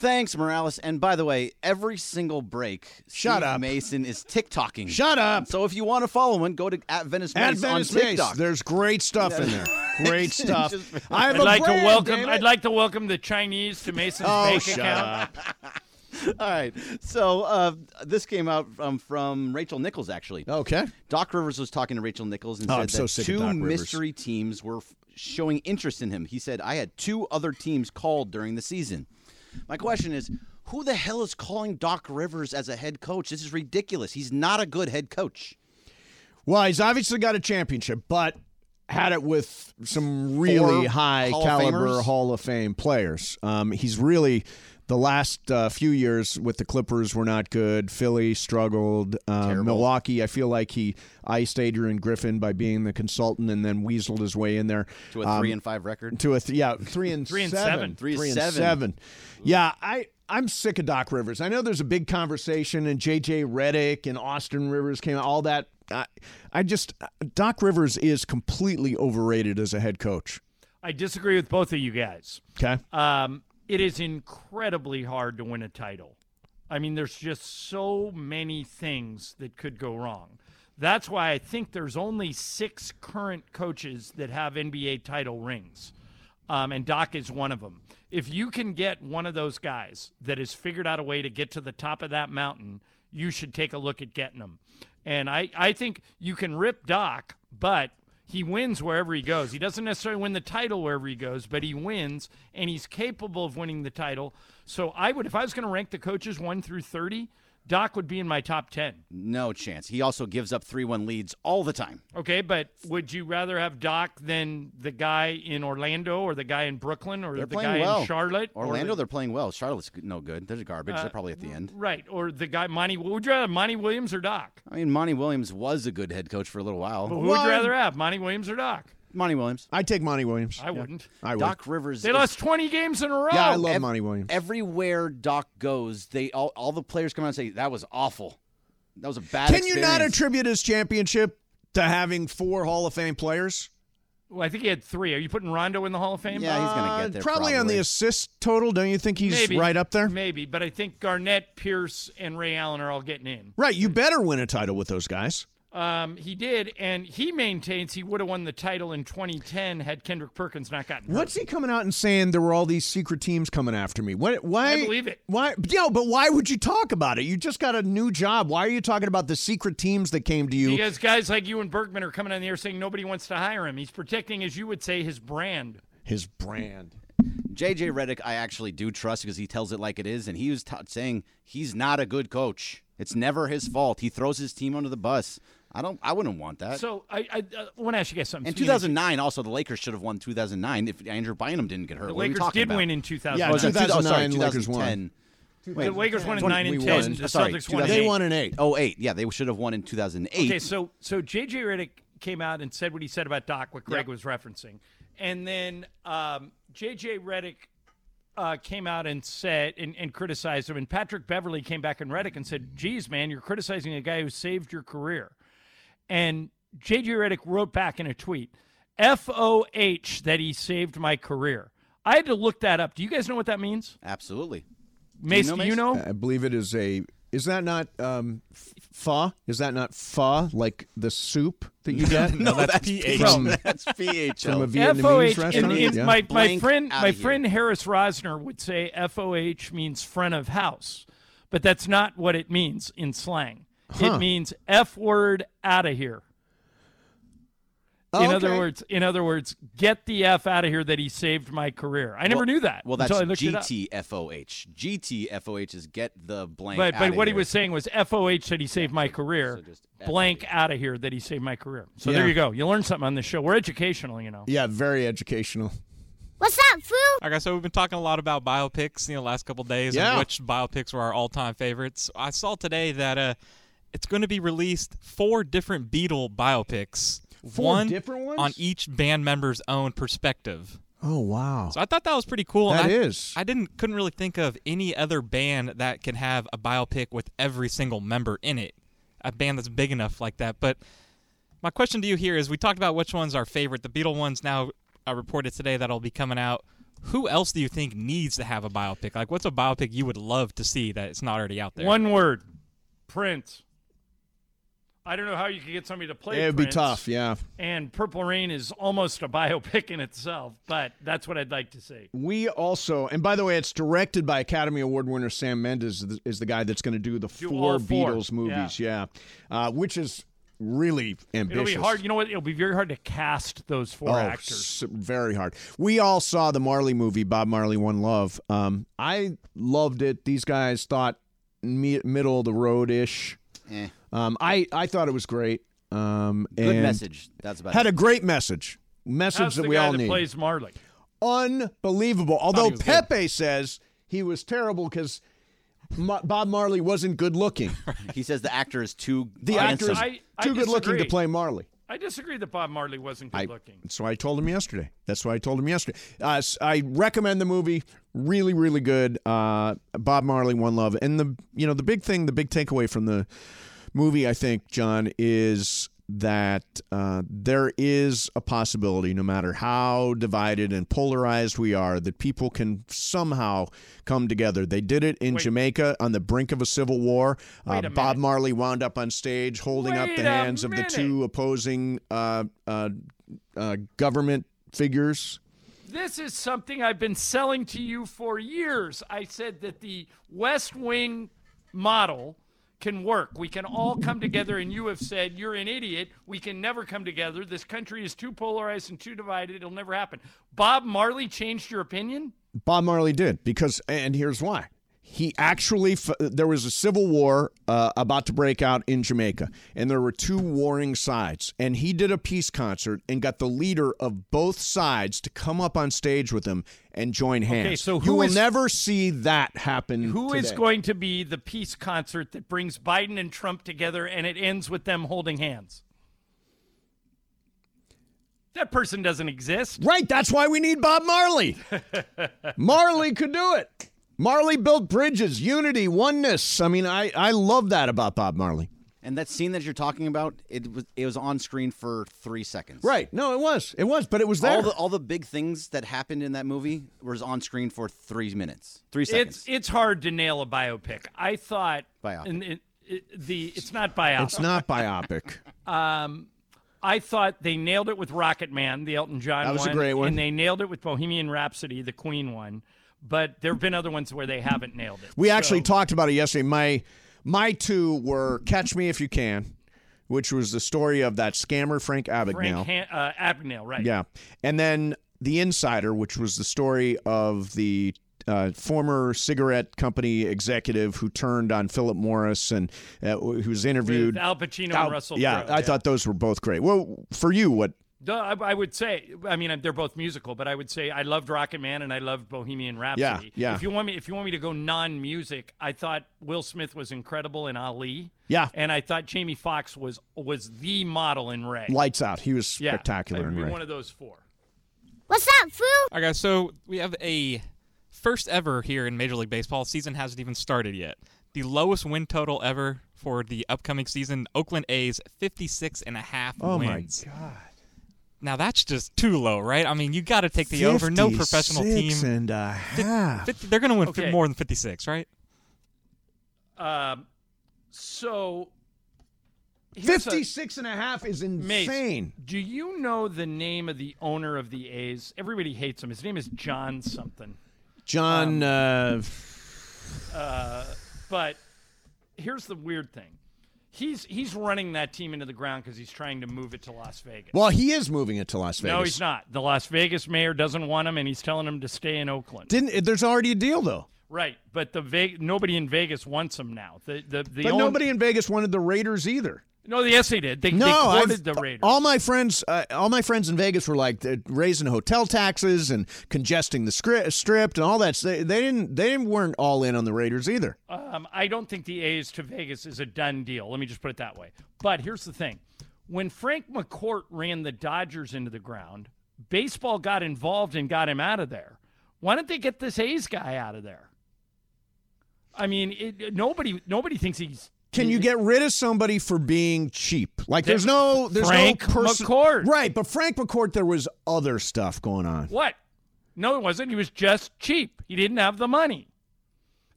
Thanks, Morales. And by the way, every single break, Shut Steve up. Mason is TikToking. Shut up. So if you want to follow him, go to at Venice At Mace Venice on Mace, TikTok. there's great stuff in there. Great stuff. I have I'd a like brand, to welcome. damn it. I'd like to welcome the Chinese to Mason's Oh, bank shut account. up. All right. So uh, this came out um, from Rachel Nichols, actually. Okay. Doc Rivers was talking to Rachel Nichols and Oh, said I'm so that sick of Doc two Rivers. mystery teams were f- showing interest in him. He said, I had two other teams called during the season. My question is, who the hell is calling Doc Rivers as a head coach? This is ridiculous. He's not a good head coach. Well, he's obviously got a championship, but had it with some really Four high Hall of caliber Famers? Hall of Fame players. Um, he's really the last uh, few years with the Clippers were not good. Philly struggled. Um, Milwaukee, I feel like he iced Adrian Griffin by being the consultant and then weaseled his way in there To a Um, three and five record. to a th- yeah three and Three and seven. seven. Three and Three and seven. seven. Yeah, I I'm sick of Doc Rivers. I know there's a big conversation, and JJ Reddick and Austin Rivers came all that. I, I just Doc Rivers is completely overrated as a head coach. I disagree with both of you guys. Okay, Um, it is incredibly hard to win a title. I mean, there's just so many things that could go wrong. That's why I think there's only six current coaches that have NBA title rings, um, and Doc is one of them. If you can get one of those guys that has figured out a way to get to the top of that mountain, you should take a look at getting them. And I, I think you can rip Doc, but he wins wherever he goes. He doesn't necessarily win the title wherever he goes, but he wins and he's capable of winning the title. So I would, if I was going to rank the coaches one through 30, Doc would be in my top 10. No chance. He also gives up three one leads all the time. Okay. But would you rather have Doc than the guy in Orlando or the guy in Brooklyn or They're the guy playing well. in Charlotte? or Orlando, the- they're playing well. Charlotte's g- no good. They're garbage. they're probably at the end. right. Or the guy, Monty, would you rather have Monty Williams or Doc? I mean, Monty Williams was a good head coach for a little while. Who would Well, you rather have, Monty Williams or Doc? Monty Williams. I take Monty Williams. I oh, wouldn't. I would. Doc Rivers. They is- lost 20 games in a row. yeah, I love ev- Monty Williams. everywhere Doc goes, they all, all the players come out and say that was awful. That was a bad. Can you not experience." attribute his championship to having four Hall of Fame players? Well, I think he had three. Are you putting Rondo in the Hall of Fame? Yeah, he's gonna Uh, get there. probably, on the assist total. Don't you think he's right up there? Maybe, but I think Garnett, Pierce, and Ray Allen are all getting in. Right, you better win a title with those guys. Um, he did, and he maintains he would have won the title in 2010 had Kendrick Perkins not gotten hurt. What's he coming out and saying? There were all these secret teams coming after me. What? Why? I believe it. Why? Yeah, but why would you talk about it? You just got a new job. Why are you talking about the secret teams that came to you? Because guys like you and Bergman are coming on the air saying nobody wants to hire him. He's protecting, as you would say, his brand. His brand. JJ Reddick, I actually do trust because he tells it like it is, and he was t- saying he's not a good coach. It's never his fault. He throws his team under the bus. I don't. I wouldn't want that. So I, I, uh, I want to ask you guys something. in Speaking of- 2009, also the Lakers should have won 2009 if Andrew Bynum didn't get hurt. the What are we Lakers talking did about? win in 2000. Yeah, Oh, it's in 2009 two- oh, sorry, Lakers won. 2010. the Lakers won in 20 9 and we 10. won. The Sorry, Celtics won in They 8. won an eight. Oh eight, yeah, they should have won in 2008. Okay, so so JJ Redick came out and said what he said about Doc, what Greg was referencing, and then um, JJ Redick uh, came out and said and, and criticized him, and Patrick Beverly came back and Redick and said, "Geez, man, you're criticizing a guy who saved your career," and JJ Redick wrote back in a tweet, "F O H that he saved my career." I had to look that up. Do you guys know what that means, Absolutely. Mace? know, Do you Mace? know? I believe it is a. Is that not um, f- pho? Is that not pho? Like the soup that you get? No, that's PH. From, That's PHL. from a Vietnamese FOH restaurant. in- in- Yeah. my, my Blank friend outta my here. friend Harris Rosner would say FOH means front of house, but that's not what it means in slang. It means F word out of here. In other Okay. words, in other words, get the F out of here that he saved my career. I never Well- knew that. Well, that's until I looked it up. GTFOH. GTFOH is get the blank. But but outta what he here. was saying was FOH that he saved my career. blank out of here that he saved my career. So there you go. You learned something on this show. We're educational, you know. yeah, very educational. What's up, fool? Okay, so we've been talking a lot about biopics in the last couple days Yeah. and which biopics were our all-time favorites. I saw today that uh, it's going to be released four different Beatle biopics. Four one different ones? on each band member's own perspective. Oh wow. So I thought that was pretty cool. and That I, is. I didn't couldn't really think of any other band that can have a biopic with every single member in it. A band that's big enough like that. But my question to you here is: We talked about which one's our favorite. The Beatle one's now uh, reported today that'll be coming out who else do you think needs to have a biopic? Like, what's a biopic you would love to see that it's not already out there? One word, Prince. I don't know how you could get somebody to play. It would be Prince, tough, yeah. And Purple Rain is almost a biopic in itself, but that's what I'd like to see. We also, and by the way, it's directed by Academy Award winner Sam Mendes, is the- is the guy that's going to do the Do four all four. Beatles movies, yeah, Uh, which is really ambitious. It'll be hard. You know what? It'll be very hard to cast those four Oh, actors. s- very hard. We all saw the Marley movie, Bob Marley One Love. Um, I loved it. These guys thought me- middle of the road ish. Eh. Um, I I thought it was great. Um, Good and message. That's about Had it. a great message. Message That's that the we guy all that need. plays Marley. Unbelievable. Although he was Pepe says he was terrible because Bob Marley wasn't good looking. he says the actor is too The actor is handsome. I- I too good looking to disagree. play Marley. I disagree that Bob Marley wasn't good looking. So I told him yesterday. That's why I told him yesterday. Uh, s- I recommend the movie. Really, really good. Uh, Bob Marley, One Love, and the you know the big thing, the big takeaway from the movie, I think, John, is that uh, there is a possibility, no matter how divided and polarized we are, that people can somehow come together. They did it in Jamaica on the brink of a civil war. Uh, a Bob Marley wound up on stage holding up Wait the a hands of the minute. two opposing uh, uh, uh, government figures. This is something I've been selling to you for years. I said that the West Wing model can work. We can all come together, and you have said, You're an idiot. We can never come together. This country is too polarized and too divided. It'll never happen. Bob Marley changed your opinion? Bob Marley did because, and here's why. He actually, f- there was a civil war uh, about to break out in Jamaica, and there were two warring sides. And he did a peace concert and got the leader of both sides to come up on stage with him and join hands. so you who will is- never see that happen. Who is today. going to be the peace concert that brings Biden and Trump together and it ends with them holding hands? That person doesn't exist. Right, that's why we need Bob Marley. Marley could do it. Marley built bridges, unity, oneness. I mean, I, I love that about Bob Marley. And that scene that you're talking about, it was it was on screen for three seconds. Right. No, it was. It was, but it was there. All the all the big things that happened in that movie was on screen for three minutes, three seconds. It's it's hard to nail a biopic. I thought Biopic. and it, it, the it's not biopic. it's not biopic. I thought they nailed it with Rocket Man, the Elton John That was a one, great one. and they nailed it with Bohemian Rhapsody, the Queen one. But there have been other ones where they haven't nailed it. We actually talked about it yesterday. My my two were Catch Me If You Can, which was the story of that scammer Frank Abagnale. Frank Han- uh, Abagnale, right? Yeah. And then The Insider, which was the story of the uh, former cigarette company executive who turned on Philip Morris and uh, who was interviewed. With Al Pacino Al- and Russell yeah, Crowe. I thought those were both great. Well, for you, what? Duh, I, I would say, I mean, they're both musical, but I would say I loved Rocket Man and I loved Bohemian Rhapsody. yeah. If you want me, if you want me to go non-music, I thought Will Smith was incredible in Ali. Yeah. and I thought Jamie Foxx was was the model in Ray. Lights out. He was yeah, spectacular. I'd in be Ray. one of those four. What's up, fool? All right, guys. So we have a first ever here in Major League Baseball. Season hasn't even started yet. The lowest win total ever for the upcoming season. Oakland A's 56 and a half oh wins. my god! Now that's just too low, right? I mean, you got to take the over. No professional 56 team. and a half. 50, they're going to win fi- Okay. more than 56, right? Um, so here's a- Fifty-six and a half is Mace, insane. Do you know the name of the owner of the A's? Everybody hates him. His name is John something. John, Um, uh, But here's the weird thing. He's he's running that team into the ground because he's trying to move it to Las Vegas. well, he is moving it to Las Vegas. no, he's not. The Las Vegas mayor doesn't want him, and he's telling him to stay in Oakland. Didn't there's already a deal though? right, but the Ve- nobody in Vegas wants him now. The the, the But own- nobody in Vegas wanted the Raiders either. No, yes, they did. They, No, they I've- quoted the Raiders. all my friends, uh, all my friends in Vegas were like they're raising hotel taxes and congesting the scri- strip and all that. So They, they didn't, they didn't- weren't all in on the Raiders either. Um, I don't think the A's to Vegas is a done deal. Let me just put it that way. But here's the thing when Frank McCourt ran the Dodgers into the ground, baseball got involved and got him out of there. Why don't they get this A's guy out of there? I mean, it, nobody nobody thinks he's. Can you get rid of somebody for being cheap? Like there's no, there's Frank no person, McCourt. right? But Frank McCourt, there was other stuff going on. What? No, it wasn't. He was just cheap. He didn't have the money.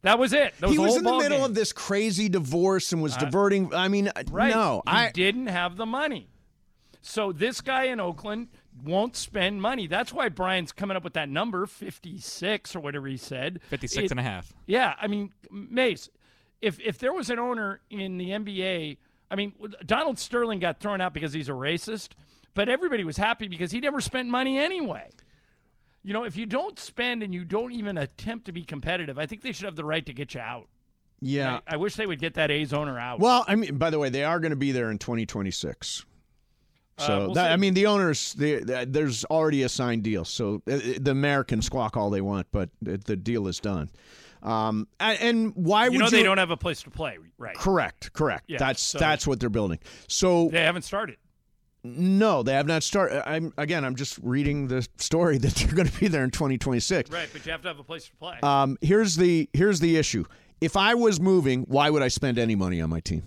That was it. That was he the was whole in the ball middle game. of this crazy divorce and was diverting. I mean, I- Right. no, he I didn't have the money. So this guy in Oakland won't spend money. That's why Brian's coming up with that number, 56 or whatever he said. 56 It- and a half. Yeah, I mean, Mace, if if there was an owner in the NBA, I mean, Donald Sterling got thrown out because he's a racist, but everybody was happy because he never spent money anyway. You know, if you don't spend and you don't even attempt to be competitive, I think they should have the right to get you out. yeah. I wish they would get that A's owner out. Well, I mean, by the way, they are going to be there in 2026. Uh, So we'll that, see. I mean, the owners, the, the, there's already a signed deal. So uh, uh, the mayor can squawk all they want, but the, the deal is done. Um, and, and why you would know you? they don't have a place to play, right? correct, correct. Yeah, that's so- that's what they're building. So They haven't started. no, they have not started. I'm again, I'm just reading the story that they're going to be there in 2026. Right, but you have to have a place to play. Um, here's the here's the issue. If I was moving, why would I spend any money on my team?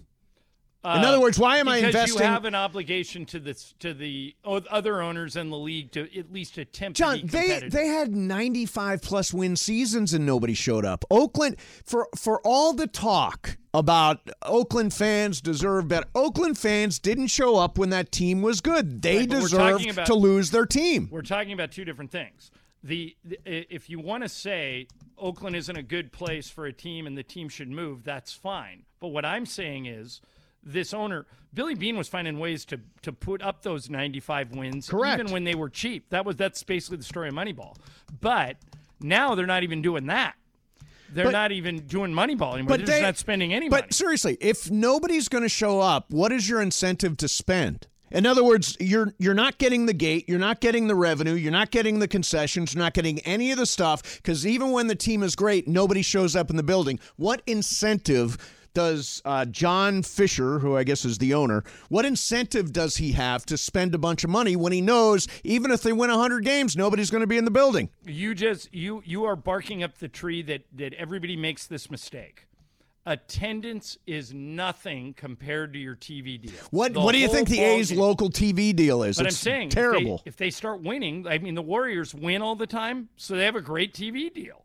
in other words, why am I Uh, because investing? you have an obligation to the to the o- other owners in the league to at least attempt. John, to be they competitive. they had 95 plus win seasons and nobody showed up. Oakland for for all the talk about Oakland fans deserve better. Oakland fans didn't show up when that team was good. They Right, but we're deserve talking about- to lose their team. We're talking about two different things. The, the i- if you want to say Oakland isn't a good place for a team and the team should move, that's fine. But what I'm saying is this owner Billy Bean was finding ways to to put up those 95 wins Correct. even when they were cheap. That was that's basically the story of Moneyball. But now they're not even doing that. They're But- not even doing Moneyball But anymore. they're they- just not spending any money. But seriously, if nobody's going to show up, what is your incentive to spend? In other words, you're you're not getting the gate, you're not getting the revenue, you're not getting the concessions, you're not getting any of the stuff because even when the team is great, nobody shows up in the building. What incentive does uh, John Fisher, who I guess is the owner, what incentive does he have to spend a bunch of money when he knows even if they win 100 games, nobody's going to be in the building? you just you you are barking up the tree that that everybody makes this mistake attendance is nothing compared to your tv deal What The what do you whole think the ball A's game- local TV deal is? but it's i'm saying if they- terrible. if they, start winning i mean the warriors win all the time so they have a great tv deal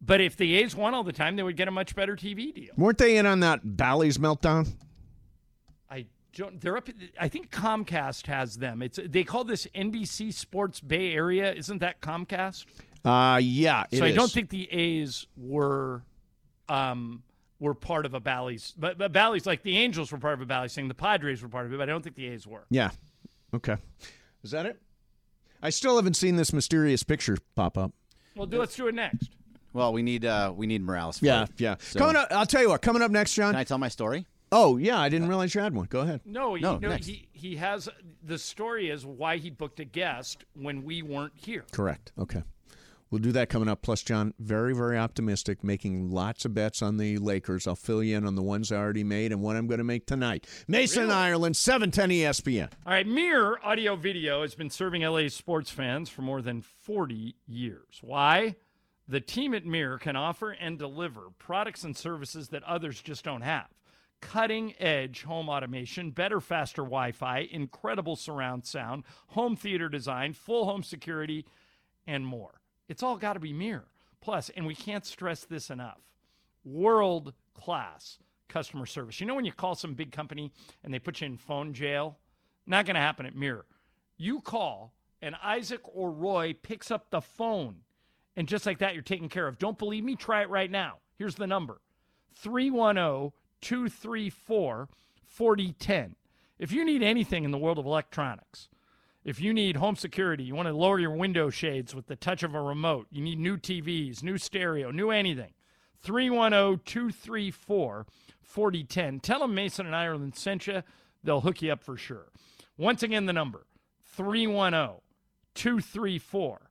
but if the a's won all the time they would get a much better tv deal Weren't they in on that Bally's meltdown? i don't they're up i think comcast has them it's they call this nbc sports bay area isn't that comcast Uh yeah. it So I is. don't think the A's were um were part of a Bally's but, but Bally's like the Angels were part of a Bally's thing, the Padres were part of it, but I don't think the A's were. Yeah. Okay. Is that it? I still haven't seen this mysterious picture pop up. Well do let's do it next. Well, we need uh, we need Morales. for it. yeah. So- Coming up, I'll tell you what. Coming up next, John. Can I tell my story? oh yeah, I didn't realize you had one. Go ahead. No, he, No, no, next. he he has the story is why he booked a guest when we weren't here. Correct. Okay. We'll do that coming up. Plus, John, very, very optimistic, making lots of bets on the Lakers. I'll fill you in on the ones I already made and what I'm going to make tonight. Mason, Ireland, E 710 ESPN. All right, Mirror Audio Video has been serving LA sports fans for more than 40 years. Why? The team at Mirror can offer and deliver products and services that others just don't have. Cutting edge home automation, better, faster Wi Fi, incredible surround sound, home theater design, full home security, and more. It's all got to be Mirror. Plus, and we can't stress this enough world class customer service. You know, when you call some big company and they put you in phone jail, not going to happen at Mirror. You call, and Isaac or Roy picks up the phone, and just like that, you're taken care of. Don't believe me? Try it right now. Here's the number oh, 310 234 4010. oh, If you need anything in the world of electronics, if you need home security, you want to lower your window shades with the touch of a remote, you need new TVs, new stereo, new anything, oh, 310 234 4010. Tell them Mason and Ireland sent you. They'll hook you up for sure. Once again, the number oh, 310 234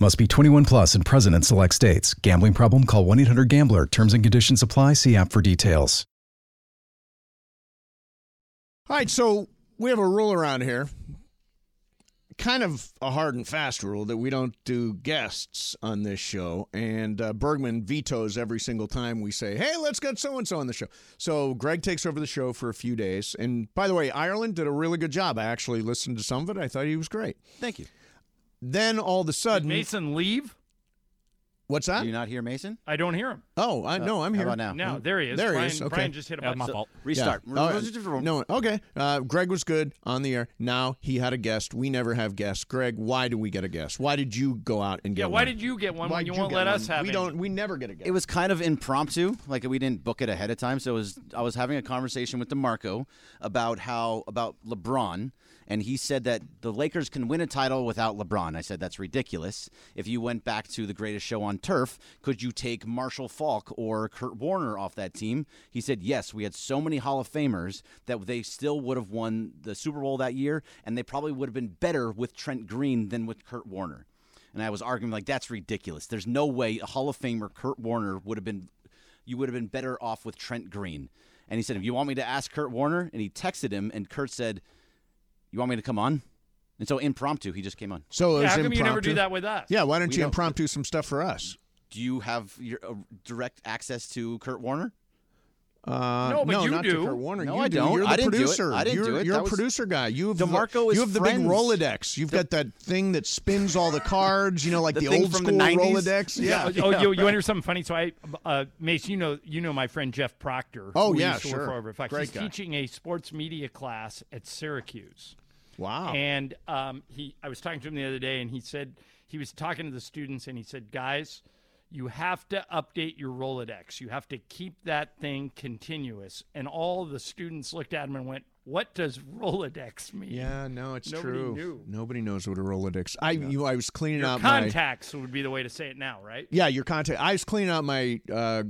Must be 21 plus and present in select states. Gambling problem? Call 1 800 Gambler. Terms and conditions apply. See app for details. All right, so we have a rule around here, kind of a hard and fast rule that we don't do guests on this show. And uh, Bergman vetoes every single time we say, hey, let's get so and so on the show. So Greg takes over the show for a few days. And by the way, Ireland did a really good job. I actually listened to some of it, I thought he was great. Thank you. Then all of a Did sudden, Mason leave? what's that? Do you not hear Mason? I don't hear him. Oh, I, no, I'm How here. about now? No, there he is. There he Brian, is, okay. Brian just hit him. Yeah, my fault. Restart. Yeah. Oh, All right. No, okay. Uh, Greg was good on the air. Now he had a guest. We never have guests. Greg, why do we get a guest? Why did you go out and get? Yeah, why one? did you get one Why'd when you won't get let one? us have We any? don't. We never get a guest. It was kind of impromptu, like we didn't book it ahead of time. So it was I was having a conversation with DeMarco about how about LeBron, and he said that the Lakers can win a title without LeBron. I said that's ridiculous. If you went back to the greatest show on turf, could you take Marshall Falk or Kurt Warner off that team? He said yes. We had so many Hall of Famers that they still would have won the Super Bowl that year, and they probably would have been better with Trent Green than with Kurt Warner. And I was arguing like that's ridiculous. There's no way a Hall of Famer Kurt Warner would have been you would have been better off with Trent Green. And he said, "If you want me to ask Kurt Warner?" And he texted him and Kurt said, "You want me to come on?" And so impromptu he just came on. so. It Yeah, was how come you never impromptu. do that with us? Yeah, why don't We you don't- impromptu some stuff for us? Do you have your uh, direct access to Kurt Warurt? Uh, No, but you not do. To Kurt Warner. No, you I do. don't. You're the I didn't do it. producer. I didn't you're, do it. You're That a was- producer guy. You've DeMarco is You have the friends. big Rolodex. You've got that thing that spins all the cards. You know, like The the, thing old from the school 90s? Rolodex. Yeah. Yeah. Oh, you, you want to hear something funny? So I, uh, Mace, you know, you know my friend Jeff Proctor. Oh, who yeah, used to work sure. for Over at Fox. Great He's guy. teaching a sports media class at Syracuse, Wow. and um, he, I was talking to him the other day, and he said he was talking to the students, and he said, guys. You have to update your Rolodex. You have to keep that thing continuous. And all the students looked at him and went, "What does Rolodex mean?" Yeah, no, it's Nobody true. knew. Nobody knows what a Rolodex. I you, I was cleaning Your out my contacts would be the way to say it now, right? yeah your contact. I was cleaning out my uh,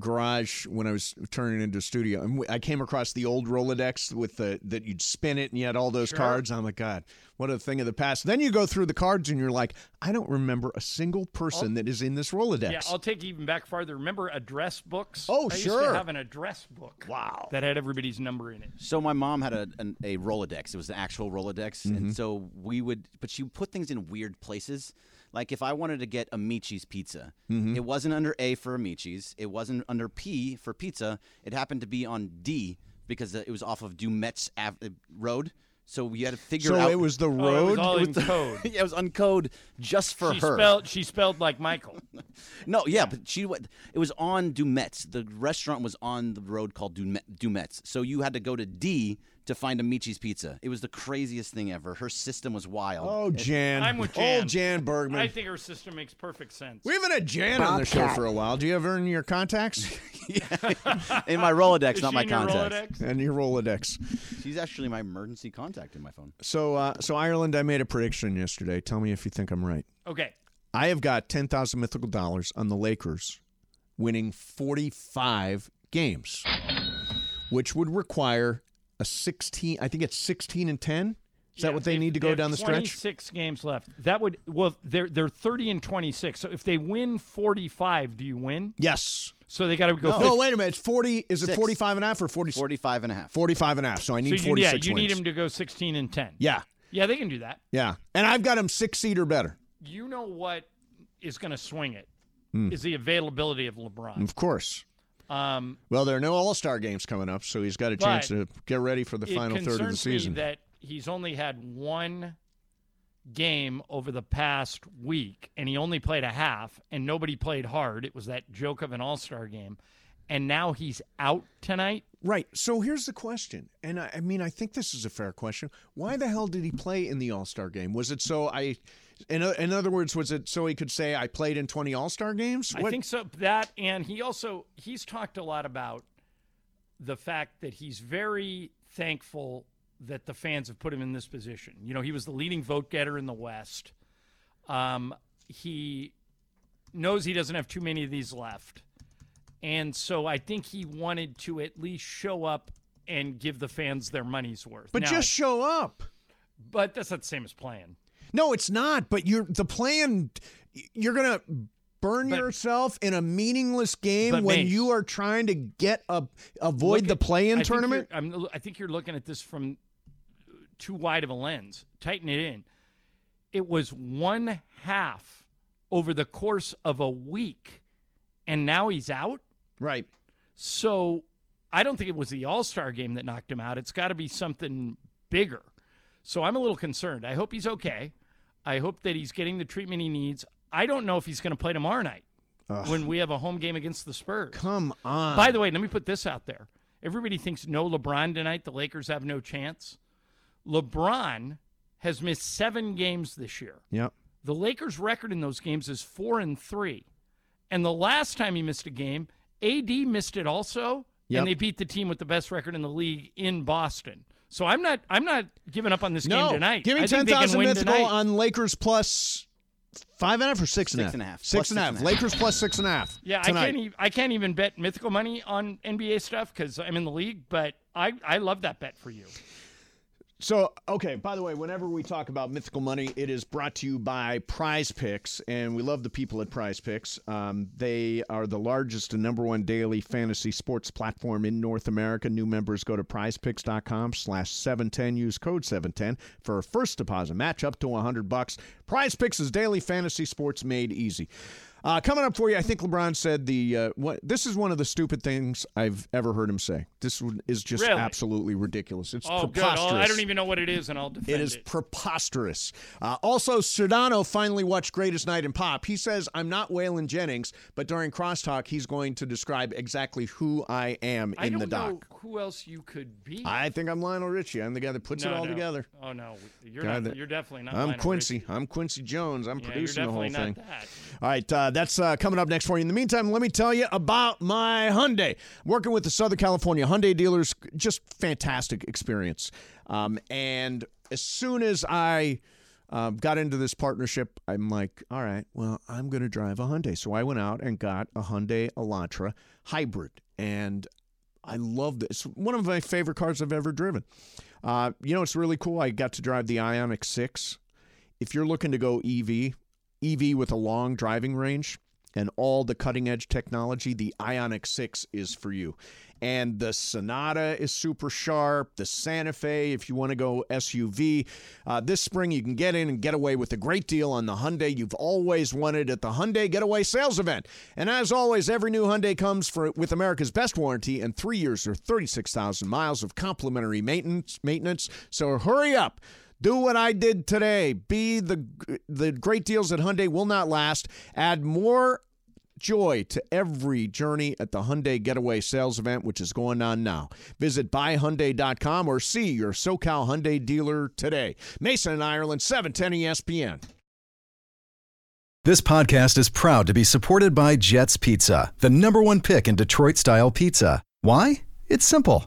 garage when I was turning into a studio, and w- I came across the old Rolodex with the that you'd spin it and you had all those cards. I'm like, God, what a thing of the past. Then you go through the cards and you're like, I don't remember a single person that is in this Rolodex. Yeah, I'll take you even back farther. Remember address books? Oh, I Used sure. to have an address book. Wow. That had everybody's number in it. So my mom had a an, a Rolodex. It was an actual Rolodex, Mm-hmm. and so we would. But she put things in weird places. Like if I wanted to get Amici's pizza, Mm-hmm. it wasn't under A for Amici's. It wasn't under P for pizza. It happened to be on D because uh, it was off of Dumetz Ave- uh, Road. So we had to figure so out. it was the Oh, it was road. all in the- code. yeah, it was on code just for she her. spelled she spelled like Michael. No, yeah, but she went. It was on Dumetz. The restaurant was on the road called Dume- Dumetz. So you had to go to D to find Amici's Pizza. It was the craziest thing ever. Her system was wild. oh, Jan. I'm with Old Jan. Jan Bergman. I think her system makes perfect sense. we haven't had Jan on the show for a while. Do you ever earn your contacts Oh. In my Rolodex, Is not she my in your contacts. Rolodex? and your Rolodex? She's actually my emergency contact in my phone. So, uh, so Ireland, I made a prediction yesterday. Tell me if you think I'm right. Okay. I have got ten thousand mythical dollars on the Lakers winning forty-five games, which would require a sixteen. I think it's sixteen and ten. Is that what they need to go down the stretch? Six games left. That would well they're they're 30 and 26. So if they win 45, do you win? Yes. So they got to go. No, 50. wait a minute. It's forty. Is it Six. forty-five and a half or 46? 45 and a half. 45 and a half. So I So need you, yeah, forty-six. you need wins. them to go 16 and 10. Yeah, Yeah, they can do that. yeah. And I've got them six seed or better. You know what is going to swing it is Hmm. the availability of LeBron. Of course. Um, Well, there are no All Star games coming up, so he's got a chance But to get ready for the it final third of the concerns season. Me that he's only had one game over the past week, and he only played a half, and nobody played hard. It was that joke of an All Star game, and now he's out tonight. Right. So here's the question, and I, I mean, I think this is a fair question. Why the hell did he play in the All Star game? Was it so I, in o- in other words, was it so he could say I played in 20 All Star games? I think so. That and he also he's talked a lot about the fact that he's very thankful that the fans have put him in this position. You know, he was the leading vote getter in the West. Um, he knows he doesn't have too many of these left, and so I think he wanted to at least show up and give the fans their money's worth. but Now- just show up. but that's not the same as playing. No, it's not. But you're the plan. You're gonna burn But- yourself in a meaningless game But when Mace- you are trying to get a avoid Look the at- play-in I think tournament. you're- I'm, I think you're looking at this from uh, too wide of a lens. Tighten it in. It was one half over the course of a week, and now he's out. Right. So I don't think it was the All Star game that knocked him out. It's got to be something bigger. So I'm a little concerned. I hope he's okay. I hope that he's getting the treatment he needs. I don't know if he's going to play tomorrow night when we have a home game against the Spurs. Come on. By the way, let me put this out there. Everybody thinks no LeBron tonight, the Lakers have no chance. LeBron has missed seven games this year. Yep. The Lakers' record in those games is four and three. And the last time he missed a game, AD missed it also, Yep. and they beat the team with the best record in the league in Boston. So I'm not I'm not giving up on this no. game tonight. Give me I ten think they can thousand win mythical tonight. on Lakers plus five and a half or six and a half. Six and a half. Six Plus and a half. six and a half. Lakers plus six and a half. Yeah, tonight. I can't even I can't even bet mythical money on NBA stuff because I'm in the league, but I, I love that bet for you. So, okay, by the way, whenever we talk about mythical money, it is brought to you by Prize Picks, and we love the people at Prize Picks. Um, they are the largest and number one daily fantasy sports platform in North America. New members go to prizepicks.com slash 710. Use code 710 for a first deposit match up to 100 bucks. Prize Picks is daily fantasy sports made easy. Uh, coming up for you, I think LeBron said the uh, what, this is one of the stupid things I've ever heard him say. This one is just Really? absolutely ridiculous. It's Oh, good. preposterous. I'll- I don't even know what it is, and I'll defend It it. is preposterous. Uh, also, Sedano finally watched Greatest Night in Pop. He says, I'm not Waylon Jennings, but during Crosstalk, he's going to describe exactly who I am I in don't the doc. know who else you could be. I think I'm Lionel Richie. I'm the guy that puts No, it all no. together. Oh no, you're Guy not, that- you're definitely not. I'm Lionel Quincy. Richie. I'm Quincy Jones. I'm Yeah, you're producing the whole definitely thing. not that. All right, uh, that's uh, coming up next for you. In the meantime, let me tell you about my Hyundai. Working with the Southern California Hyundai dealers, just fantastic experience. Um, and as soon as I um, got into this partnership, I'm like, all right, well, I'm going to drive a Hyundai. So I went out and got a Hyundai Elantra hybrid, and I love this. It's one of my favorite cars I've ever driven. Uh, you know, it's really cool. I got to drive the Ionic Six if you're looking to go E EV, EV with a long driving range and all the cutting edge technology, the Ionic 6 is for you. And the Sonata is super sharp. The Santa Fe, if you want to go SUV, uh, this spring you can get in and get away with a great deal on the Hyundai you've always wanted at the Hyundai Getaway Sales Event. And as always, every new Hyundai comes for with America's best warranty and three years or 36,000 miles of complimentary maintenance. Maintenance. So hurry up. Do what I did today. Be the the great deals at Hyundai will not last. Add more joy to every journey at the Hyundai Getaway Sales Event, which is going on now. Visit buyhyundai.com or see your SoCal Hyundai dealer today. Mason in Ireland, E 710 ESPN. This podcast is proud to be supported by Jets Pizza, the number one pick in Detroit style pizza. Why? It's simple.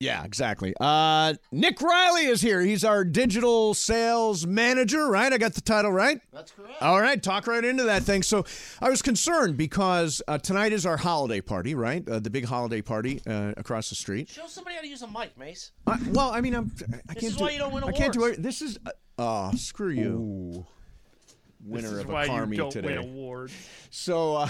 Yeah, exactly. Uh, Nick Riley is here. He's our digital sales manager, right? I got the title right. That's correct. All right, talk right into that thing. So I was concerned because uh, tonight is our holiday party, right? Uh, the big holiday party uh, across the street. Show somebody how to use a mic, Mace. I, well, I mean, I'm. I can't is do. why you don't win I can't do awards. it. This is. Uh, oh, screw you. Winner This is of a why Carmi you don't today. win awards. So, uh,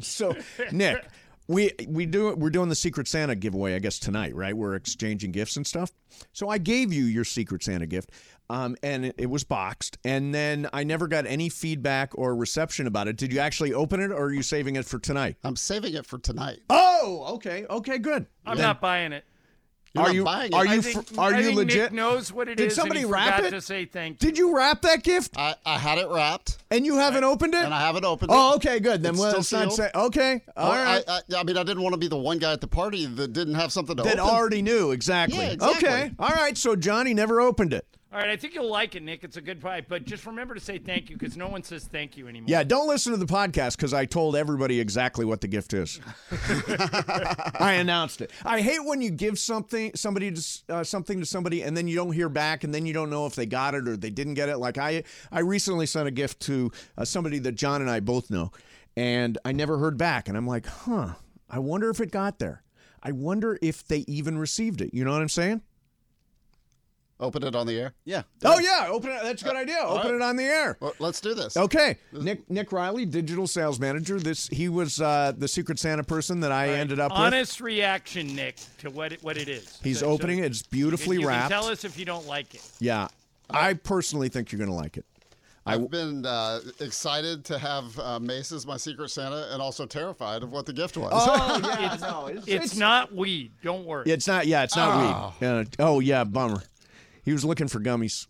so Nick, we we do we're doing the Secret Santa giveaway, I guess tonight, right? We're exchanging gifts and stuff. So I gave you your Secret Santa gift, um, and it, it was boxed. And then I never got any feedback or reception about it. Did you actually open it, or are you saving it for tonight? I'm saving it for tonight. Oh, okay, okay, good. I'm Then- not buying it. You're are not you buying it. are I you think- fr- are I you think Nick legit? knows what it Did is and he somebody wrap forgot it? to say thank Did you wrap that gift I, I had it wrapped and you haven't opened it? and I haven't opened it. oh, okay, good. Then It's well, still it's not say sealed. okay. Oh, All right. I, I, I mean, I didn't want to be the one guy at the party that didn't have something to Uh, that open. already knew exactly. Yeah, exactly. Okay. All right. So Johnny never opened it. All right, I think you'll like it, Nick. It's a good pie, but just remember to say thank you because no one says thank you anymore. Yeah, don't listen to the podcast because I told everybody exactly what the gift is. I announced it. I hate when you give something somebody to, s- uh, something to somebody and then you don't hear back and then you don't know if they got it or they didn't get it. Like I I recently sent a gift to uh, somebody that John and I both know, and I never heard back. And I'm like, huh? I wonder if it got there. I wonder if they even received it. You know what I'm saying? Open it on the air. Yeah. Oh yeah, open it. That's a Uh, good idea. Open right. it on the air. Well, let's do this. Okay, Nick Nick Riley, digital sales manager. This he was uh, the Secret Santa person that I ended up with. Honest reaction, Nick, to what it, what it is. He's So- so opening it. It's you- beautifully you can wrapped. tell us if you don't like it. yeah, I personally think you're gonna like it. I've been uh, excited to have uh, Mace as my secret Santa, and also terrified of what the gift was. Oh, it's, Oh, it's, not weed. Don't worry. It's not. Yeah, it's Ah. not weed. Yeah. Oh yeah, bummer. He was looking for gummies.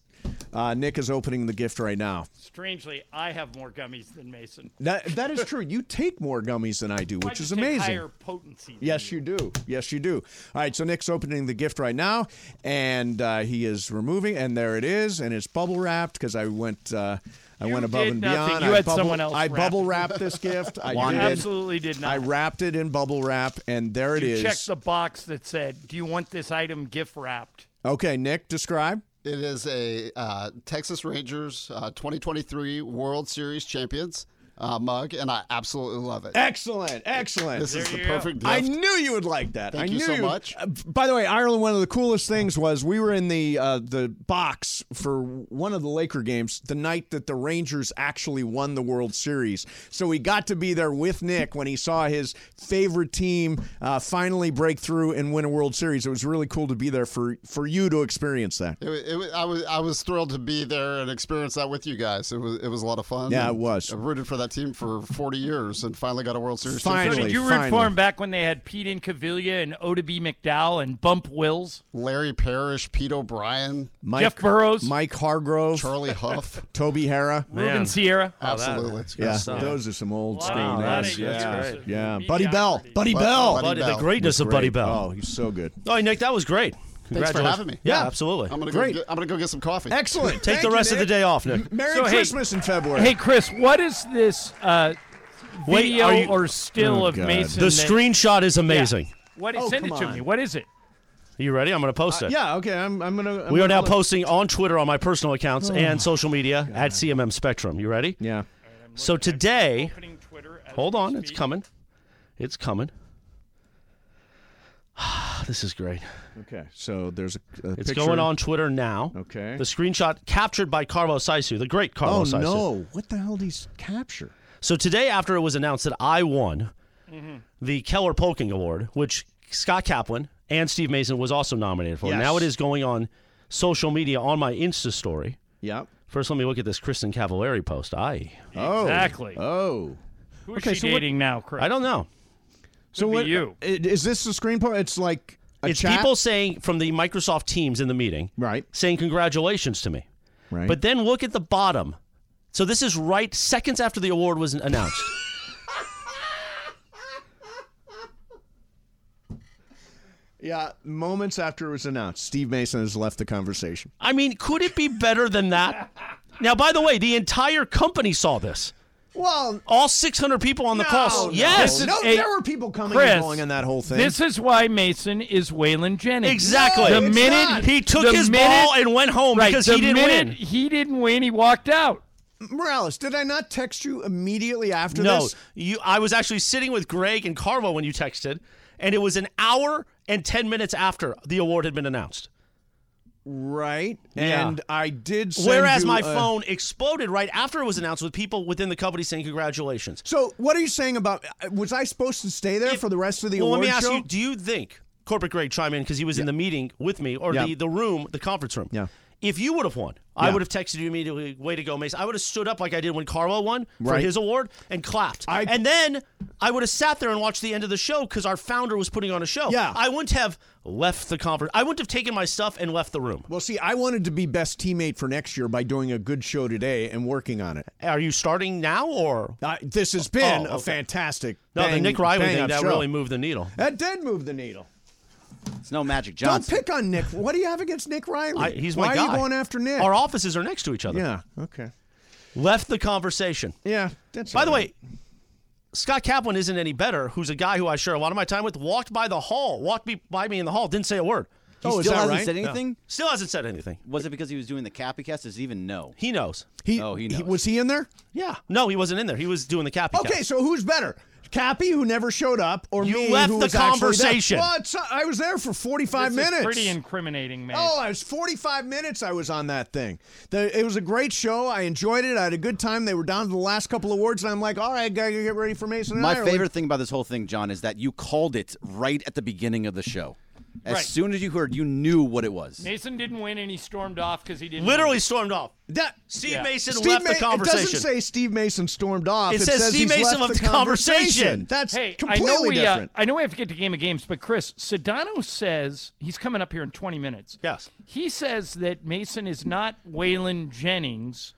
Uh, Nick is opening the gift right now. Strangely, I have more gummies than Mason. That that is true. You take more gummies than I do, I which is just take amazing. Higher potency. than Yes, you do. Yes, you do. All right, so Nick's opening the gift right now, and uh, he is removing, and there it is, and it's bubble wrapped because I went, uh, I You went above did and nothing. beyond. You I had bubble, someone else I wrap bubble it. wrapped this gift. I You did. absolutely did not. I wrapped it in bubble wrap, and there it you is. checked the box that said, "Do you want this item gift wrapped?" okay, Nick, describe. It is a uh, Texas Rangers uh, 2023 World Series champions uh, mug, and I absolutely love it. Excellent, excellent. This is the you go. perfect gift. I knew you would like that. Thank I you knew so much. Uh, by the way, Ireland. One of the coolest things was we were in the uh, the box for one of the Laker games the night that the Rangers actually won the World Series. So we got to be there with Nick when he saw his favorite team uh, finally break through and win a World Series. It was really cool to be there for for you to experience that. It, wa- it, wa- I was I was thrilled to be there and experience that with you guys. It was it was a lot of fun. Yeah, it and was. I rooted for that team for 40 years and finally got a World Series. Finally. championship. so did you root for finally. him back when they had Pete Incaviglia and Oda B. McDowell and Bump Wills, Larry Parrish, Pete O'Brien, Mike, Jeff Burrows, Mike Hargrove, Charlie Huff. Toby Hara. Ruben Sierra? absolutely. Yeah, those are some old school Wow, that names. is- that's Yeah, great. yeah. Mediocrity. Buddy Bell. Buddy Buddy- Bell. Buddy Oh, Buddy, the Bell. greatness of Buddy Great. Bell. Oh, he's so good. Oh, Nick, that was great. Thanks for Congratulations. having me. Yeah, Yeah. absolutely. I'm gonna Great. go. Get, I'm gonna go get some coffee. Excellent. Take Thank the you, rest of the Nick. day off, Nick. Merry So, hey- Christmas in February. Hey, Chris, what is this uh, Wait, video are you- or still Oh, of God. Mason? The that- screenshot is Yeah. amazing. What? Oh, send it come to on. me. What is it? Are you ready? I'm going to post it. Uh, yeah, okay. I'm, I'm gonna. I'm We are gonna now look. posting on Twitter on my personal accounts and social media at CMM Spectrum. You ready? Yeah. So today, Opening Twitter as hold we on, it's speak. coming. It's coming. this is great. Okay. So there's a. a It's picture. going on Twitter now. Okay. The screenshot captured by Carlo Saisu, the great Carlo Oh Saisu. no! What the hell did he capture? So today, after it was announced that I won Mm-hmm. the Keller Polking Award, which Scott Kaplan and Steve Mason was also nominated for. Yes. Now it is going on social media on my Insta story. Yeah. First, let me look at this Kristen Cavallari post. I Oh. Exactly. Oh. Who's Okay, she so what- dating now, Chris? I don't know. So be what? you. i- Is this a screen po It's like a it's chat? people saying from the Microsoft Teams in the meeting, Right. saying congratulations to me. Right. But then look at the bottom. So this is right seconds after the award was announced. yeah. Moments after it was announced, Steve Mason has left the conversation. I mean, could it be better than that? Now, by the way, the entire company saw this. Well. All 600 people on the call. Yes. Oh, No, a- there were people coming Chris, and going in that whole thing. This is why Mason is Waylon Jennings. Exactly. The No, it's minute not. He took the his minute- ball and went home right, because the he didn't minute win. He didn't win. He walked out. Morales, did I not text you immediately after No, this? you. I was actually sitting with Greg and Carvo when you texted, and it was an hour and 10 minutes after the award had been announced. Right. Yeah. And I did send Whereas you my a- phone exploded right after it was announced with people within the company saying congratulations. So what are you saying about was I supposed to stay there for the rest of the well, let award me ask show? you: Do you think corporate Greg chime in because he was in the meeting with me or Yeah. the the room, the conference room? Yeah. If you would have won, I Yeah. would have texted you immediately. Way to go, Mason! I would have stood up like I did when Carlo won for Right. his award and clapped. and then I would have sat there and watched the end of the show because our founder was putting on a show. Yeah. I wouldn't have left the conference. I wouldn't have taken my stuff and left the room. Well, see, I wanted to be best teammate for next year by doing a good show today and working on it. Are you starting now or? Uh, this has been a Oh, okay. fantastic. No, the bang- Nick Riley bang thing up that show. really moved the needle. That did move the needle. It's no Magic Johnson. Don't pick on Nick. What do you have against Nick Riley? I, he's my Why guy. are you going after Nick? Our offices are next to each other. yeah. Okay. Left the conversation. Yeah. That's By all the right. way, Scott Kaplan isn't any better, who's a guy who I share a lot of my time with, walked by the hall, walked be, by me in the hall, didn't say a word. He Oh, is still that hasn't right? said anything. Still hasn't said anything. Was it because he was doing the Cappy cast? Does he even know? He knows. he, Oh, he knows. was he in there? Yeah. No, he wasn't in there. He was doing the cap. Okay, so who's better? Cappy, who never showed up, or You me, left who the was actually there? conversation. Well, it's- I was there for forty-five This is minutes. pretty incriminating, man. Oh, I was 45 minutes I was on that thing. The, it was a great show. I enjoyed it. I had a good time. They were down to the last couple awards, and I'm like, all right, gotta get ready for Mason and My Ireland. favorite thing about this whole thing, John, is that you called it right at the beginning of the show. As Right. soon as you heard, you knew what it was. Mason didn't win and he stormed off because he didn't. Literally stormed off. That, Steve Yeah. Mason Steve left Ma- the conversation. It doesn't say Steve Mason stormed off. It says he's Steve Mason left left the the conversation. That's Hey, I completely know we uh, different. I know we have to get to Game of Games, but Chris Sedano says he's coming up here in 20 minutes. Yes. He says that Mason is not Waylon Jennings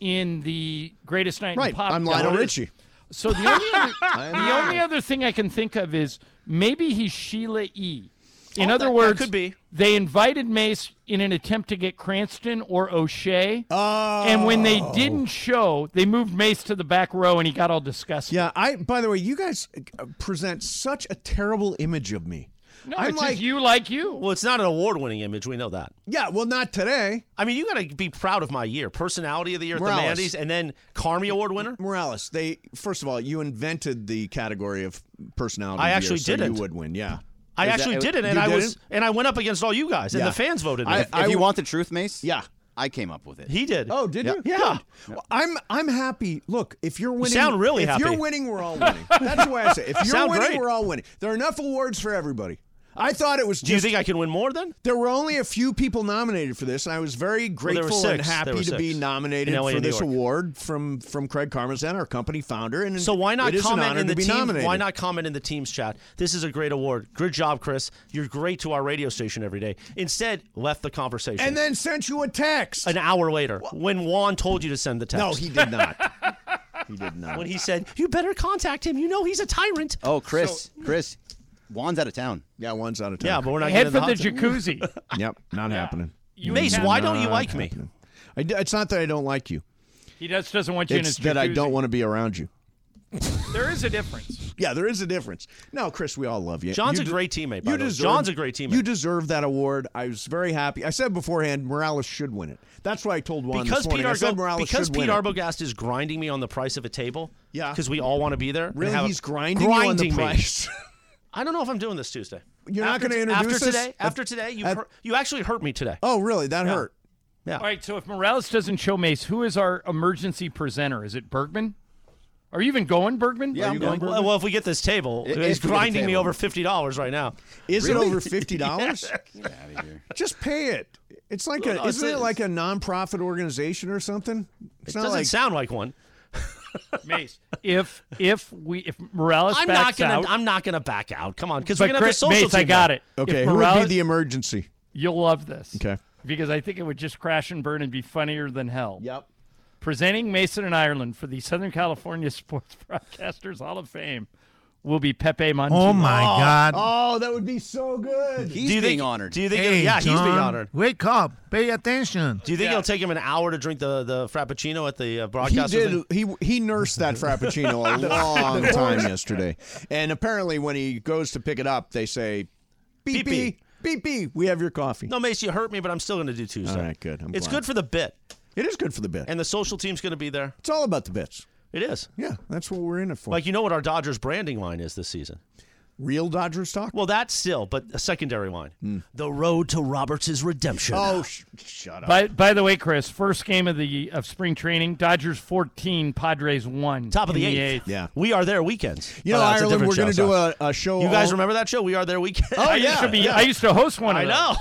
in the Greatest Night right, in Pop. I'm Lionel Culture. Richie. So the only other, the only other thing I can think of is maybe he's Sheila E. In Oh, other that- that words, could be. they invited Mace in an attempt to get Cranston or O'Shea. Oh. And when they didn't show, they moved Mace to the back row and he got all disgusted. Yeah, I. By the way, you guys uh, present such a terrible image of me. No, I'm it's like, just you like you. well, it's not an award-winning image. We know that. yeah, well, not today. I mean, you got to be proud of my year, personality of the year at Morales. the Mandy's, and then Carmi Award winner. Morales, they first of all, you invented the category of personality. I of the actually year, so didn't. You would win, yeah. I Is actually that- did it, and you I did was, it? and I went up against all you guys, Yeah. and the fans voted me. I- if if you want the truth, Mace, Yeah. I came up with it. he did. Oh, did Yeah. you? Yeah. Good. Well, I'm I'm happy. Look, if you're winning, sound really if happy. you're winning, we're all winning. That's the way I say. it. If you're Sound winning, great. we're all winning. There are enough awards for everybody. I thought it was. Just, Do you think I can win more then? there were only a few people nominated for this, and I was very there were grateful and six. There happy were to be six. nominated In LA for and New this York. award from from Craig Karmazan, our company founder. And So why not it is an comment honor in the to be team? Nominated. Why not comment in the team's chat? This is a great award. Good job, Chris. You're great to our radio station every day. Instead, left the conversation. And then sent you a text. an hour later, when Juan told you to send the text. No, he did not. he did not. when he said you better contact him. You know he's a tyrant. Oh, Chris, Chris, Juan's out of town. Yeah, one's out of Yeah, town. but we're not Head getting for in the hot tub. jacuzzi. yep, not happening. You Mace, have- why don't you like me? I d it's not that I don't like you. He just doesn't want you It's in his that I don't jacuzzi. want to be around you. There is a difference. Yeah, there is a difference. No, Chris, we all love you. John's You a de- great teammate, by you the way. deserve- John's a great teammate. You deserve that award. I was very happy. I said beforehand, Morales should win it. That's why I told Juan Because this morning. Pete, I said Argo- Morales because should Pete win it. Arbogast is grinding me on the price of a table. Yeah. Because we all want to be there. and Really, have a- he's grinding, you on grinding the me. price. I don't know if I'm doing this Tuesday. You're not After- gonna introduce after us? today. After today, you At- hurt- you actually hurt me today. oh, really? That hurt. All right, so if Morales doesn't show Mace, who is our emergency presenter? Is it Bergman? Are you even going, Bergman? Yeah, Are I'm you going. Well, well, if we get this table, If- he's if we get a grinding me table. over fifty dollars right now. Is Really? it over fifty dollars? Get out of here. Just pay it. It's like a no, it's isn't a- it like a nonprofit organization or something? It's Doesn't sound like one. Mace? If if we if Morales I'm not backs gonna. out, I'm not gonna back out. Come on, because we're but gonna have a Chris, social Mace, I team got now. it. okay. if Who would Morales, be the emergency? You'll love this. Okay. Because I think it would just crash and burn and be funnier than hell. Yep. Presenting Mason and Ireland for the Southern California Sports Broadcasters Hall of Fame will be Pepe Montino. Oh my God! Oh, that would be so good. He's Do you being think, honored. Do you think? Hey, it'll, yeah, he's being John, honored. Wake up! Pay attention. Do you think it'll take him an hour to drink the, the frappuccino at the uh, He broadcast? did. He he nursed that frappuccino a long time yesterday, and apparently when he goes to pick it up, they say, "Beep Beep, beep beep beep, we have your coffee." No, Mace, you hurt me, but I'm still gonna do Tuesday. All right, good. I'm it's glad. good for the bit, It is good for the bit. and the social team's gonna be there. it's all about the bits. It is. Yeah, that's what we're in it for. Like you know what our Dodgers branding line is this season? Real Dodger stock? Well, that's still, but a secondary line. The road to Roberts' redemption. Hmm. Oh, sh- shut By, by the way, Chris, first game of the of spring training, Dodgers 14, Padres 1. Top of in the eighth. Yeah. We are there weekends. You know, Oh, that's a Ireland, different we're show, going to do sorry. a, a show. You guys all- remember that show? We are there weekend. Oh, yeah. yeah. I know.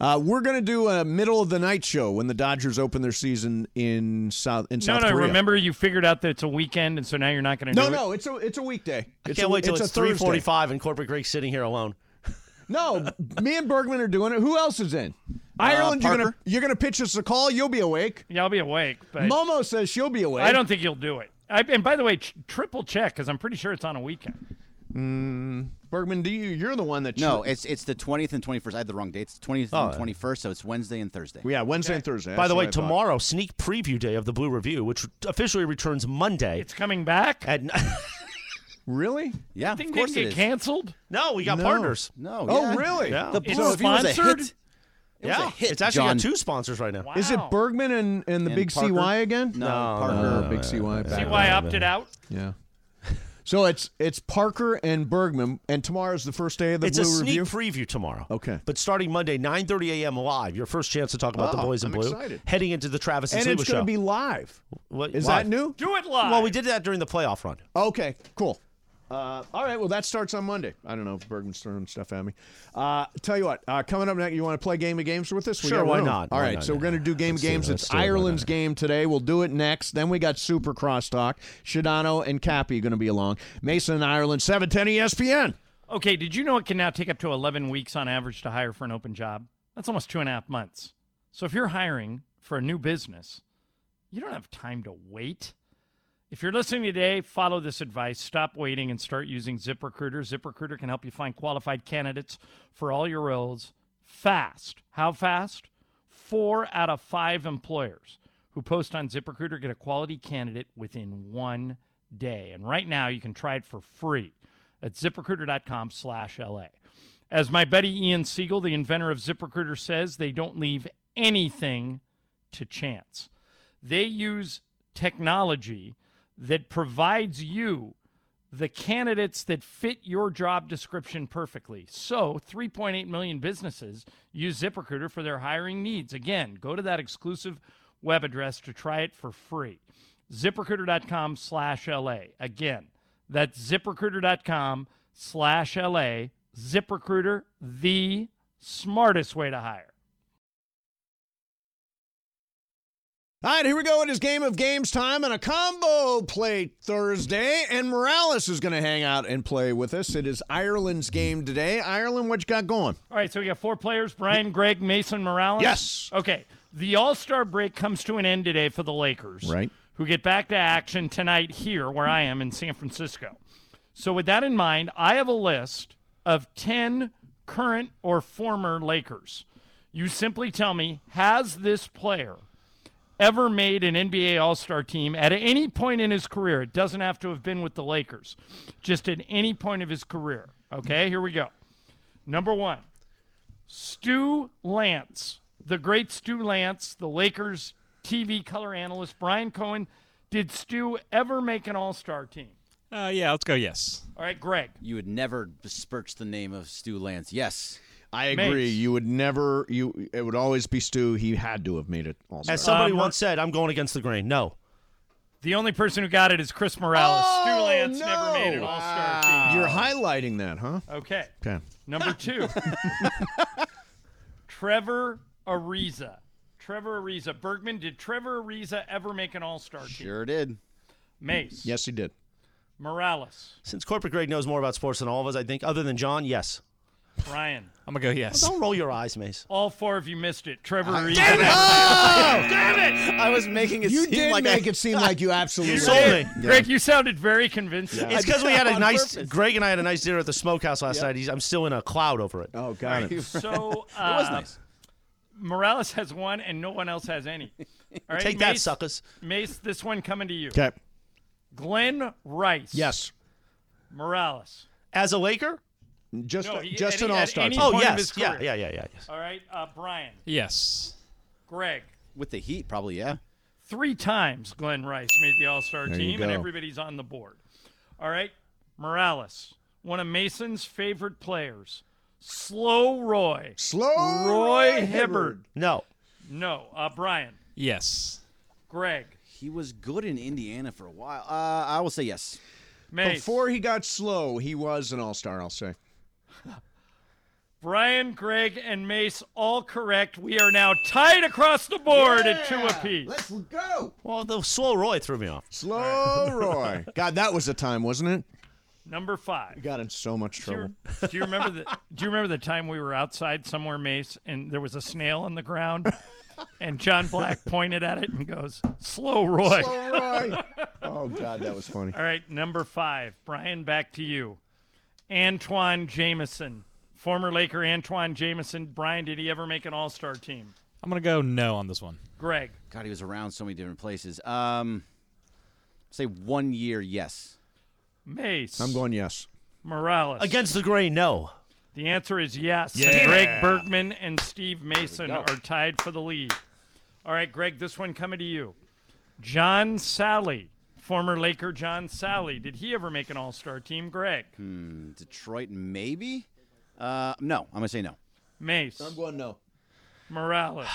Uh, we're going to do a middle of the night show when the Dodgers open their season in South in No, South no, Korea. remember you figured out that it's a weekend, and so now you're not going to No, do no, it? it's a it's a weekday. I It's can't a, wait till it's, a Thursday. 3:45 and Corporate Greek's sitting here alone. No, me and Bergman are doing it. Who else is in? Uh, Ireland, you're gonna Parker. you're gonna pitch us a call. You'll be awake. Yeah, I'll be awake. But Momo says she'll be awake. I don't think you'll do it. I, and by the way, ch- triple check because I'm pretty sure it's on a weekend. Mm, Bergman, do you? You're the one that No, it's it's the 20th and 21st. I had the wrong dates. 20th Oh. and 21st, so it's Wednesday and Thursday. Yeah, Wednesday and Thursday. By the way, tomorrow, sneak preview day of the Blue Review, which officially returns Monday. It's coming back. At, really? Yeah, Thing didn't of course it get is. canceled. no, we got No. partners. No. Oh, yeah. really? Yeah. The It's Blue Review was a sponsored? hit. It was yeah, a hit, it's actually John. got two sponsors right now. Is it Wow. Bergman and, and the And Big Parker? CY again? No, No, Parker. Parker, Big CY. See back. why I opted out? Yeah. So it's it's Parker and Bergman, and tomorrow's the first day of the It's Blue a sneak Review. preview tomorrow. Okay. But starting Monday, 9:30 a.m. live, your first chance to talk about the Oh, boys in I'm blue. excited. Heading into the Travis and, and Sliwa it's show. going to be live. What- Is live. that new? Do it live. Well, we did that during the playoff run. Okay, cool. Uh, all right, well, that starts on Monday. I don't know if Bergman's throwing stuff at me. Uh, tell you what, uh, coming up next, you want to play Game of Games with us? We Sure, got why room. not? All Why right, not? so we're going to do Game of Let's do it. Games. Let's It's do it. Why Ireland's not? game today. We'll do it next. Then we got Super Crosstalk. Shadano and Cappy going to be along. Mason and Ireland, E 710 ESPN. Okay, did you know it can now take up to 11 weeks on average to hire for an open job? That's almost two and a half months. So if you're hiring for a new business, you don't have time to wait. If you're listening today, follow this advice. Stop waiting and start using ZipRecruiter. ZipRecruiter can help you find qualified candidates for all your roles fast. How fast? Four out of five employers who post on ZipRecruiter get a quality candidate within one day. And right now, you can try it for free at ziprecruiter.com slash LA. As my buddy Ian Siegel, the inventor of ZipRecruiter, says, they don't leave anything to chance. They use technology that provides you the candidates that fit your job description perfectly. So, 3.8 million businesses use ZipRecruiter for their hiring needs. Again, go to that exclusive web address to try it for free. ZipRecruiter.com slash LA. Again, that's ziprecruiter.com slash LA. ZipRecruiter, the smartest way to hire. All right, here we go. It is game of games time and a combo play Thursday. And Morales is going to hang out and play with us. It is Ireland's game today. Ireland, what you got going? All right, so we got four players: Brian, Greg, Mason, Morales. Yes. Okay. The All Star break comes to an end today for the Lakers, Right. Who get back to action tonight here, where I am in San Francisco. So with that in mind, I have a list of ten current or former Lakers. You simply tell me: Has this player ever made an NBA All Star team at any point in his career? It doesn't have to have been with the Lakers, just at any point of his career. Okay, here we go. Number one, Stu Lance, the great Stu Lance, the Lakers TV color analyst, Brian Cohen. Did Stu ever make an All Star team? Uh, yeah, let's go. Yes. All right, Greg. You would never besmirch the name of Stu Lance. Yes. I agree. Mace. You would never. You it would always be Stu. He had to have made it. All As somebody Uh, Mer- once said, I'm going against the grain. No. The only person who got it is Chris Morales. Stu Oh, Lance no. never made an All Star team. You're highlighting that, huh? Okay. Okay. Number two, Trevor Ariza. Trevor Ariza. Bergman, did Trevor Ariza ever make an All Star team? Sure did. Mace. Yes, he did. Morales. Since Corporate Greg knows more about sports than all of us, I think, other than John, yes. Brian. I'm gonna go. Yes. Don't roll your eyes, Mace. All four of you missed it. Trevor Ariza. Oh! I was making it You seem did like make I, it seem like Oh, you absolutely. sold did. me. Greg, you sounded very convincing. It's because we had a On nice, purpose. Greg and I had a nice dinner at the smokehouse last night. He's, I'm still in a cloud over it. Oh, got it. So uh, It was nice. Morales has one, and no one else has any. All right, Take that, Mace, suckers. Mace, this one coming to you. Okay. Glenn Rice. Yes. Morales. As a Laker? Just No, he- just at- an at all star. any- team. Oh, point of his yes. Yeah, career. yeah, yeah, yeah. Yes. All right, uh, Brian. Yes. Greg. with the heat, probably yeah. Three times Glenn Rice made the All Star you team, and go. everybody's on the board. All right, Morales. one of Mason's favorite players, Slow Roy. Slow Roy, Hibbard. No. No, uh, Brian, Yes. Greg, He was good in Indiana for a while. Uh, I will say yes. Mace. Before he got slow, he was an all star, I'll say. Brian, Greg, and Mace all correct. We are now tied across the board at two apiece. go. Well, the slow Roy threw me off. Slow Roy. God, that was a time, wasn't it? Number five. We got in so much trouble. Do you remember the Do you remember the time we were outside somewhere, Mace, and there was a snail on the ground, and John Black pointed at it and goes, "Slow, Roy." Slow Roy. Oh, God, that was funny. All right, number five, Brian, back to you. Antoine Jameson, former Laker Antoine Jameson. Brian, did he ever make an All Star team? I'm going to go no on this one. Greg, God, he was around so many different places. Um, say one year, yes. Mace, I'm going yes. Morales. Against the grain, no. The answer is yes. Yeah. Greg Bergman and Steve Mason are tied for the lead. All right, Greg, this one coming to you. John Sally, former Laker John Sally. Did he ever make an all star team? Greg, Detroit, maybe. Uh, no, I'm gonna say no. Mace, going no. Morales,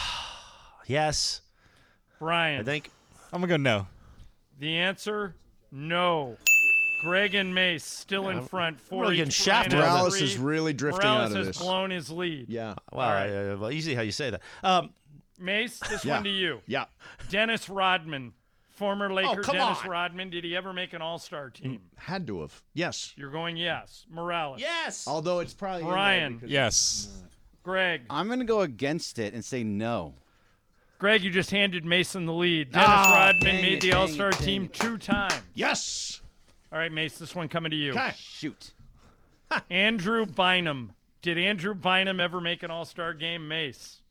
Yes. Brian. I think. I'm going to go no. The answer, no. Greg and Mace still in front. Four really each. getting shafted Brian has Morales three. is really drifting Morales out of has this. blown his lead. Yeah. Well, uh, well, easy how you say that. Um, Mace, this Yeah. one to you. Yeah. Dennis Rodman, former Laker come Dennis on. Rodman. Did he ever make an all star team? Had to have. Yes. You're going yes. Morales. yes. Although it's probably. in there Brian. because- Yes. Greg. I'm gonna go against it and say no. Greg, you just handed Mason the lead. Dennis Rodman dang made it, the dang it, All Star dang team it. two times. Yes. All right, Mace, this one coming to you. Shoot. Andrew Bynum. Did Andrew Bynum ever make an All Star game? Mace.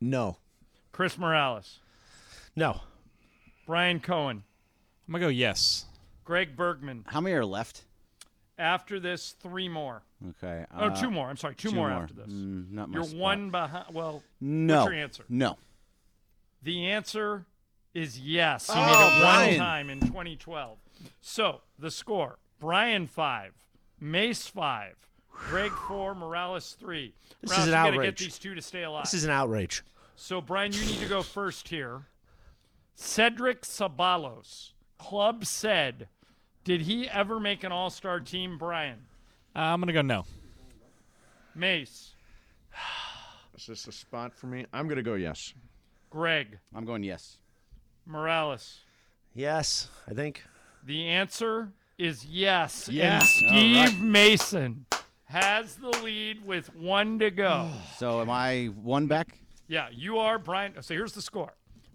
No. Chris Morales. No. Brian Cohen. I'm going to go yes. Greg Bergman. How many are left? After this, three more. Okay. Oh, uh, two more. I'm sorry, two, two more, more. after this. Mm, not my You're spot. one behind. Well, No. what's your answer? No. The answer is yes. He Oh, made it Brian. one time in 2012. So the score: Brian five, Mace five, Greg four, Morales three. This Morales, is an you gotta outrage. get these two to stay alive. This is an outrage. so Brian, you need to go first here. Cedric Sabalos, club said, did he ever make an All-Star team? Brian, Uh, I'm going to go no. Mace, Is this a spot for me? I'm going to go yes. Greg, I'm going yes. Morales. Yes, I think. The answer is yes. Yes. And Steve Mason has the lead with one to go. So am I one back? yeah, you are Brian. So here's the score.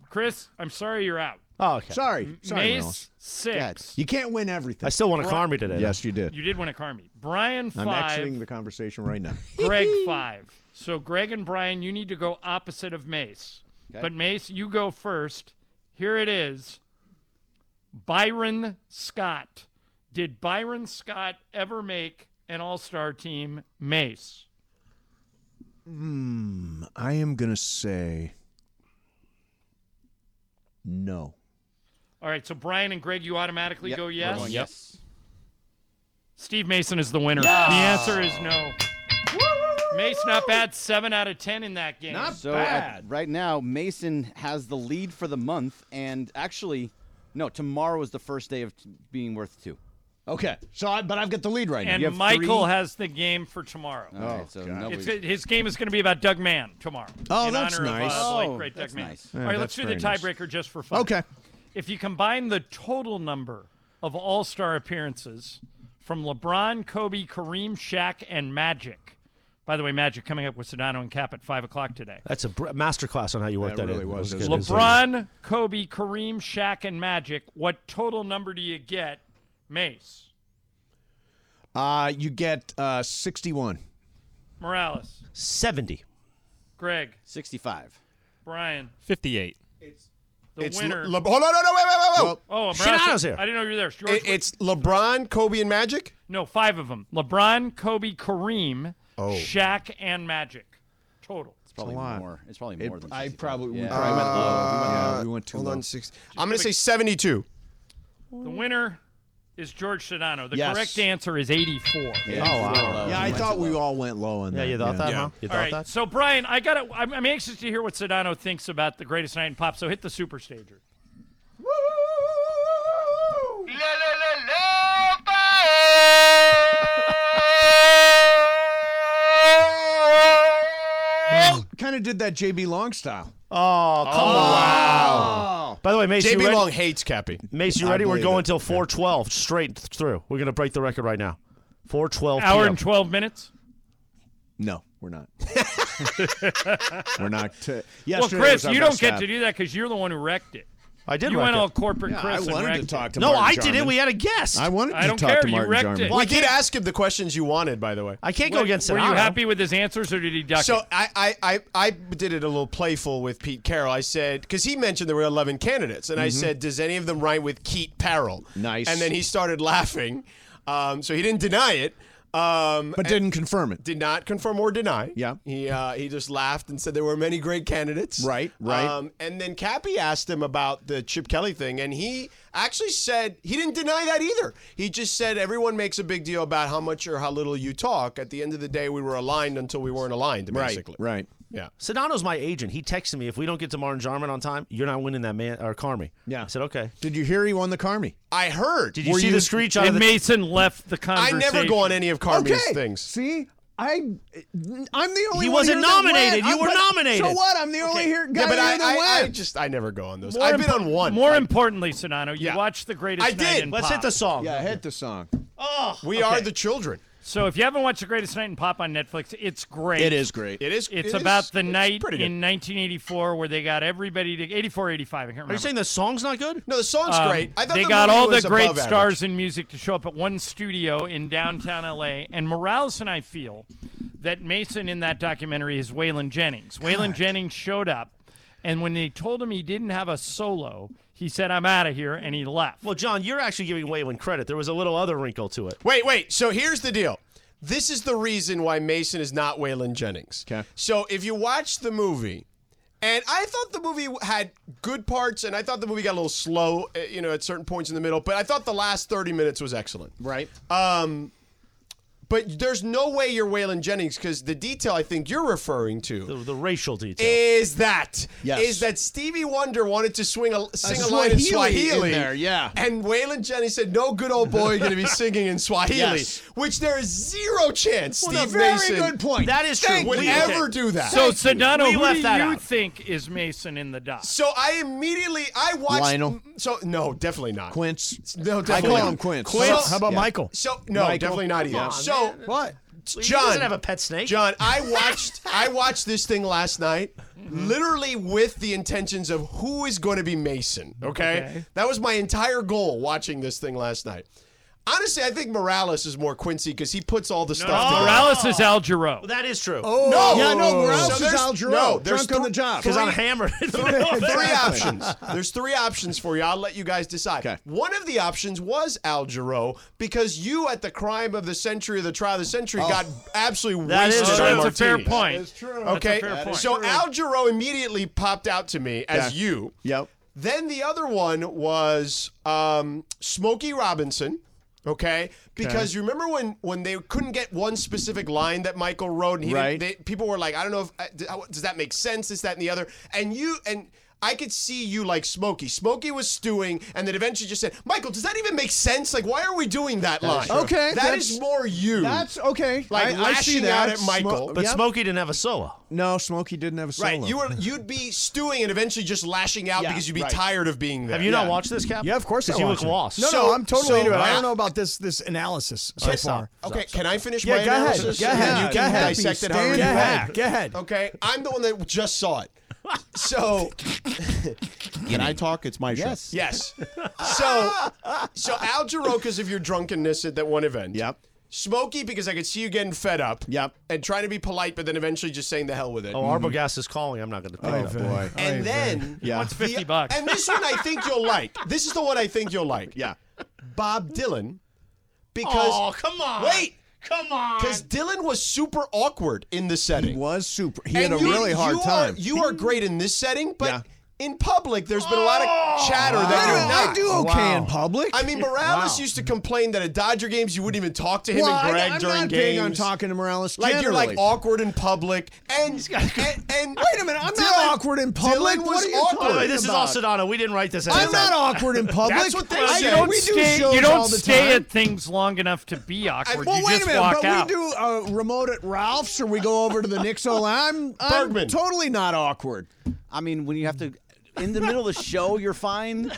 Chris, I'm sorry you're out. Oh, okay. Sorry. Sorry, Mace Reynolds. six. You can't win everything. I still want to car me today. though. Yes, you did. You did win a Carmi. Brian I'm exiting five. the conversation right now. Greg five. So Greg and Brian, you need to go opposite of Mace. But Mace, you go first. Here it is. Byron Scott. Did Byron Scott ever make an all-star team? Mace. Hmm, I am going to say no. All right, so Brian and Greg, you automatically Yep, go we're yes. going yes. Steve Mason is the winner. The answer is no. Mace not bad. Seven out of ten in that game. So at- right now, Mason has the lead for the month, and actually, no, tomorrow is the first day of t- being worth two. Okay. So, I, but I've got the lead right now. and you have Michael three. has the game for tomorrow. All right, so nobody- It's, his game is going to be about Doug Mann tomorrow. Oh, in that's honor nice. Of, uh, late Oh, great that's Doug Mann. nice. All right, Yeah, let's do that's the very nice. tiebreaker just for fun. Okay. If you combine the total number of All Star appearances from LeBron, Kobe, Kareem, Shaq, and Magic. By the way, Magic coming up with Sedano and Cap at five o'clock today. That's a br- master class on how you work That that really in. was. That It good. is LeBron, Kobe, Kareem, Shaq, and Magic. What total number do you get, Mace, Uh, you get uh, 61. Morales, 70. Greg, 65. Brian? 58. The It's winner. Le- Le- hold on, no, no, wait, wait, wait, wait. oh, Morales, Shino's here. I didn't know you were there. George, It- it's LeBron, Kobe, and Magic. no five of them: LeBron, Kobe, Kareem, Shaq, and Magic. Total. It's probably more. It's probably more than. I 65. probably, we Yeah. probably went Uh, low. We went, yeah, we went too Hold low. on, six. I'm gonna say 72. The winner is George Sedano. The Yes. correct answer is 84. Yeah, I thought we all went low on Yeah, that. you thought that, huh? You All right, so Brian, I got. I'm, I'm anxious to hear what Sedano thinks about the greatest night in pop. So hit the super stager. Kind of did that JB Long style. Oh, come on. Wow. By the way, Mace, JB you ready? Long hates Cappy. Mace, you I ready? We're believe going it. till 412 straight through. We're going to break the record right now. 412 Hour PM. and 12 minutes. No, we're not. we're not. T- well, yesterday Chris, was our you don't best get half. to do that because you're the one who wrecked it. I did You wreck went it. all corporate, Yeah, Chris. I and wanted to wrecked talk to No, Martin I did Jarman. it. We had a guest. I wanted e- I to don't talk care. to you Martin wrecked Jarman. it. Well, I did ask him the questions you wanted, by the way. I can't Were- Were you happy with his answers or did he duck So it? I, I, I, I did it a little playful with Pete Carroll. I said because he mentioned there were eleven candidates, and I Mhm. said, "Does any of them rhyme with Keat Parrell?" Nice. And then he started laughing. Um, so he didn't deny it, um, but didn't confirm it. Did not confirm or deny. Yeah. He uh, he just laughed and said there were many great candidates. Um, Right, right. and then Cappy asked him about the Chip Kelly thing, and he actually said he didn't deny that either. He just said everyone makes a big deal about how much or how little you talk. At the end of the day, we were aligned until we weren't aligned, basically. Right. Yeah. Sedano's my agent. He texted me if we don't get to Martin Jarman on time, you're not winning that man or Carmi. Yeah. I said okay. Did you hear he won the Carmi? I heard. Did you see the screech out and of the Mason left the conversation. okay. See, I, I'm the only. He one wasn't here that nominated. went. You I'm- were but- nominated. So what? I'm the only here guy yeah, but here I, that I, I went. just I never go on those. More I've been impo- on one. More importantly, Sonano, you watched the greatest. I Night did. in Let's Pop. hit the song. yeah, hit the song. Oh, We are the children. So if you haven't watched The Greatest Night in Pop on Netflix, it's great. It is great. It is- It's it is- about the it's night in pretty good. 1984 where they got everybody to 84, 85. I can't remember. Are you saying the song's not good? No, the song's Um, great. I thought they the got movie all the was great above average. stars in music to show up at one studio in downtown LA. And Morales and I feel that Mason in that documentary is Waylon Jennings. Waylon Jennings showed up, and when they told him he didn't have a solo, he said, "I'm out of here," and he left. Well, John, you're actually giving Waylon credit. There was a little other wrinkle to it. Wait, wait. So here's the deal. This is the reason why Mason is not Waylon Jennings. Okay. So if you watch the movie, and I thought the movie had good parts, and I thought the movie got a little slow, uh, you know, at certain points in the middle. But I thought the last thirty minutes was excellent. Right. Um, but there's no way you're Waylon Jennings because the detail I think you're referring to. The, the racial detail. Eh, Is that Yes. is that Stevie Wonder wanted to swing a sing a, line in Swahili in Swahili there, yeah. and Waylon Jennings said no good old boy going to be singing in Swahili Yes. which there is zero chance Well, Steve no, very Mason good point. That is thank true. would We- ever okay. do that So, Thank you. Sedano, who do you think is Mason in the doc? so I immediately I watched Lionel? so no definitely not Quince. no I definitely call not. him Quince. Quince- Yeah. so no Michael? definitely not either Come on, so man. what He John doesn't have a pet snake. John, I watched I watched this thing last night, literally with the intentions of who is going to be Mason. Okay? Okay. that was my entire goal watching this thing last night. Honestly, I think Morales is more Quincy because he puts all the No, stuff. no, Oh. together. Morales is Al Jarreau. Well, that is true. Oh. No. Yeah, no, Morales So is there's- Al Jarreau. no, there's drunk on three- the job. Because I'm hammered. three options. There's three options for you. I'll let you guys decide. One of the options was Al Jarreau because you at the crime of the century, the trial of the century, got absolutely That is wasted. true. on That's a fair martinis. point. That is true. That's a Okay, fair point. so True. Al Jarreau immediately popped out to me as Yeah. you. Yep. Then the other one was um, Smokey Robinson. Okay, because you remember when when they couldn't get one specific line that Michael wrote, and he didn't- Right. they, people were like, I don't know if uh, d- how- does that make sense, this, that, and the other, and you and. I could see you like Smokey. Smokey was stewing, and then eventually just said, "Michael, does that even make sense? Like, why are we doing that, line? Okay, that that's- is more you. That's okay. Like I- I see lashing that. out at Michael. But Smokey didn't have a solo. No, Smokey didn't have a solo. right? You were you'd be stewing and eventually just lashing out Yeah, because you'd be right. tired of being there. Have you not watched this, Cap? Yeah, of course. I you watch look it. lost. No, So- no, I'm totally so- into it. I I- don't know about this this analysis so Okay, far. Okay, can I finish Yeah, my go ahead. analysis? Go ahead. You Go can ahead. dissect it Stand however you back. want. Go ahead. Okay, I'm the one that just saw it. So Can I talk? It's my yes. show. yes, so so Al Jarreau because of your drunkenness at that one event. Yep. Smokey because I could see you getting fed up. Yep. And trying to be polite, but then eventually just saying the hell with it. Oh, Arbogast is calling. I'm not going to pick it up. boy. And then Yeah. What's 50 bucks? And this one I think you'll like. This is the one I think you'll like. Yeah. Bob Dylan. Because Oh, come on. Wait. Come on. Because Dylan was super awkward in the setting. He was super. He And had a you- really hard you time. Are, you are great in this setting, but in public, there's been a lot of chatter Wait a that you're minute, not. Oh, I do okay in public. I mean, Morales Wow. used to complain that at Dodger games you wouldn't even talk to him Well, I- and Greg I'm during not games. big on talking to Morales Like you're like generally. awkward in public, and and, and Wait a minute, I'm not Dylan- awkward in public. Dylan What was are you awkward. talking This is all Sedano. We didn't write this. I'm episode. not awkward in public. That's what they I- said. don't- We we do do Stay- shows you don't all the stay time. at things long enough to be awkward. well, you wait just a minute, walk but out. we do a remote at Ralph's or we go over to the Nixo. I'm, I'm Bergman. totally not awkward. I mean, when you have to, in the middle of the show, you're fine.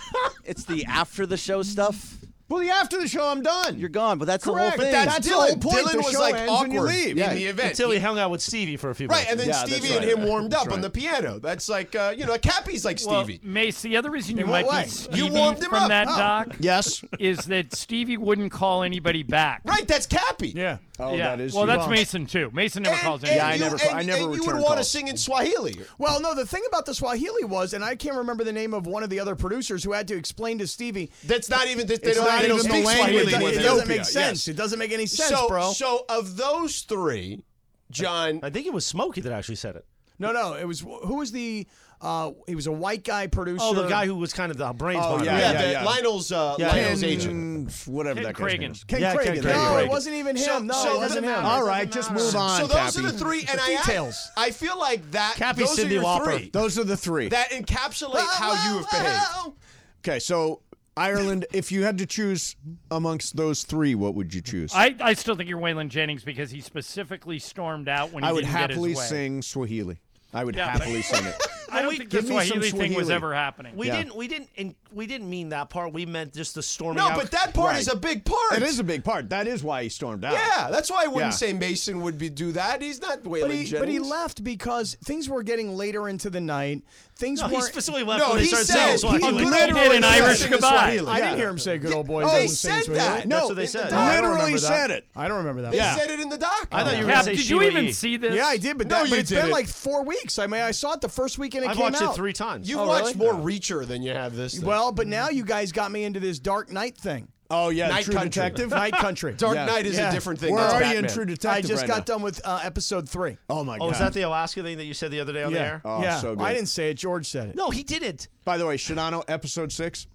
It's the after the show stuff. Well, the after the show, I'm done. You're gone, but that's Correct. the whole But thing. that's That's the whole Dylan- point. Dylan The was show like ends when you awkward leave. in the event. Until he hung out with Stevie for a few Right, minutes. and then Stevie and him warmed up on the piano. That's like uh, you know, Cappy's like Well, Stevie. Mace, the other reason you In might what way? be Stevie You warmed him from up. that Oh. doc yes, is that Stevie wouldn't call anybody back. Right, that's Cappy. Yeah. Oh, Oh, yeah. well, that's Mason too. Mason never calls and anybody. you- and- and you would want to sing in Swahili. Well, no, the thing about the Swahili was, and I can't remember the name of one of the other producers who had to explain to Stevie. That's not even. They, It's don't, not they even don't the speak language. Swahili. It in doesn't Ethiopia, make sense. yes. It doesn't make any sense, so, bro. Uh, So of those three, John, I think it was Smokey that actually said it. No, no, it was who was the? Uh, he was a white guy producer. Oh, the guy who was kind of the brains Oh, behind yeah, it. yeah, yeah, yeah. Lionel's, uh, Lionel's agent. whatever Ken that guy's name Cragen. is. Ken Yeah, Ken Cragen. Cragen. No, Cragen. it wasn't even him. So- no, so it wasn't the- him. All right, just move on. So those Cappy. are the three, and I Details. I feel like that. Cappy, those Cindy are your Lauper. three Those are the three. that encapsulate how you have behaved. okay, so Ireland, if you had to choose amongst those three, what would you choose? I, I still think you're Waylon Jennings because he specifically stormed out when he I would didn't happily get his way. sing Swahili. I would Yeah, but- happily sing it. I don't think the give me some Swahili thing was Swahili. ever happening. We Yeah. didn't. We didn't. And we didn't mean that part. We meant just the storming. No, out. but that part is a big part. It is a big part. That is why he stormed out. Yeah, that's why I wouldn't Yeah. say Mason would be do that. He's not Waylon But he, Jennings. but he left because things were getting later into the night. Things No, were he were specifically left when they started saying Swahili. He He literally did an said Irish it in goodbye. Swahili. I Yeah. didn't hear him say good old boy. Oh, doesn't he say said Swahili. that. No, That's what they in said. the doc. I don't Literally remember that. said it. I don't remember that. They part. said it in the doc. I thought you were Yeah, gonna say did you Sheila even E. see this? Yeah, I did, but, No, that- but you it's been didn't. like four weeks. I mean, I saw it the first weekend it I've came watched out. it three times. You've Oh, really? watched more Reacher than you have this. Thing. Well, but now you guys got me into this Dark Knight thing. Oh yeah, Night True Country. Detective. Night Country. Dark Yeah. Knight is Yeah. a different thing. Where That's are you Batman. in True Detective? I just right got now? done with uh, episode three. Oh my Oh, god. is that the Alaska thing that you said the other day on yeah. the air? Oh, yeah. so good. I didn't say it. George said it. No, he didn't. By the way, Shadano episode six,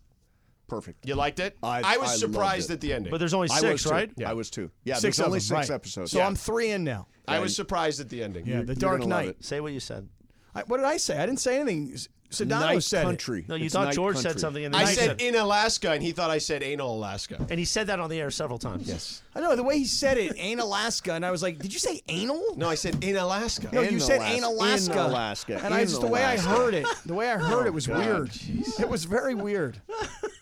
perfect. You liked it? I- was I loved surprised it. at the ending. But there's only I was six, too. right? I was two. Yeah, six there's of only them, right. six episodes. So Yeah. I'm three in now. I was surprised at the ending. Yeah, the you're Dark gonna love Knight. it. Say what you said. I, what did I say? I didn't say anything. S- Sedano Night said it. Country. No, you It's thought Night George said Country. something, and then I you said in Alaska, and he thought I said anal Alaska. and he said that on the air several times. Yes. I know the way he said it. Ain't Alaska, and I was like, did you say anal? No, I said in Alaska. No, In you said Alaska. ain't In Alaska. Alaska. And I In just the way I Alaska. Oh, heard it, the way I heard it was God. weird. It was very weird.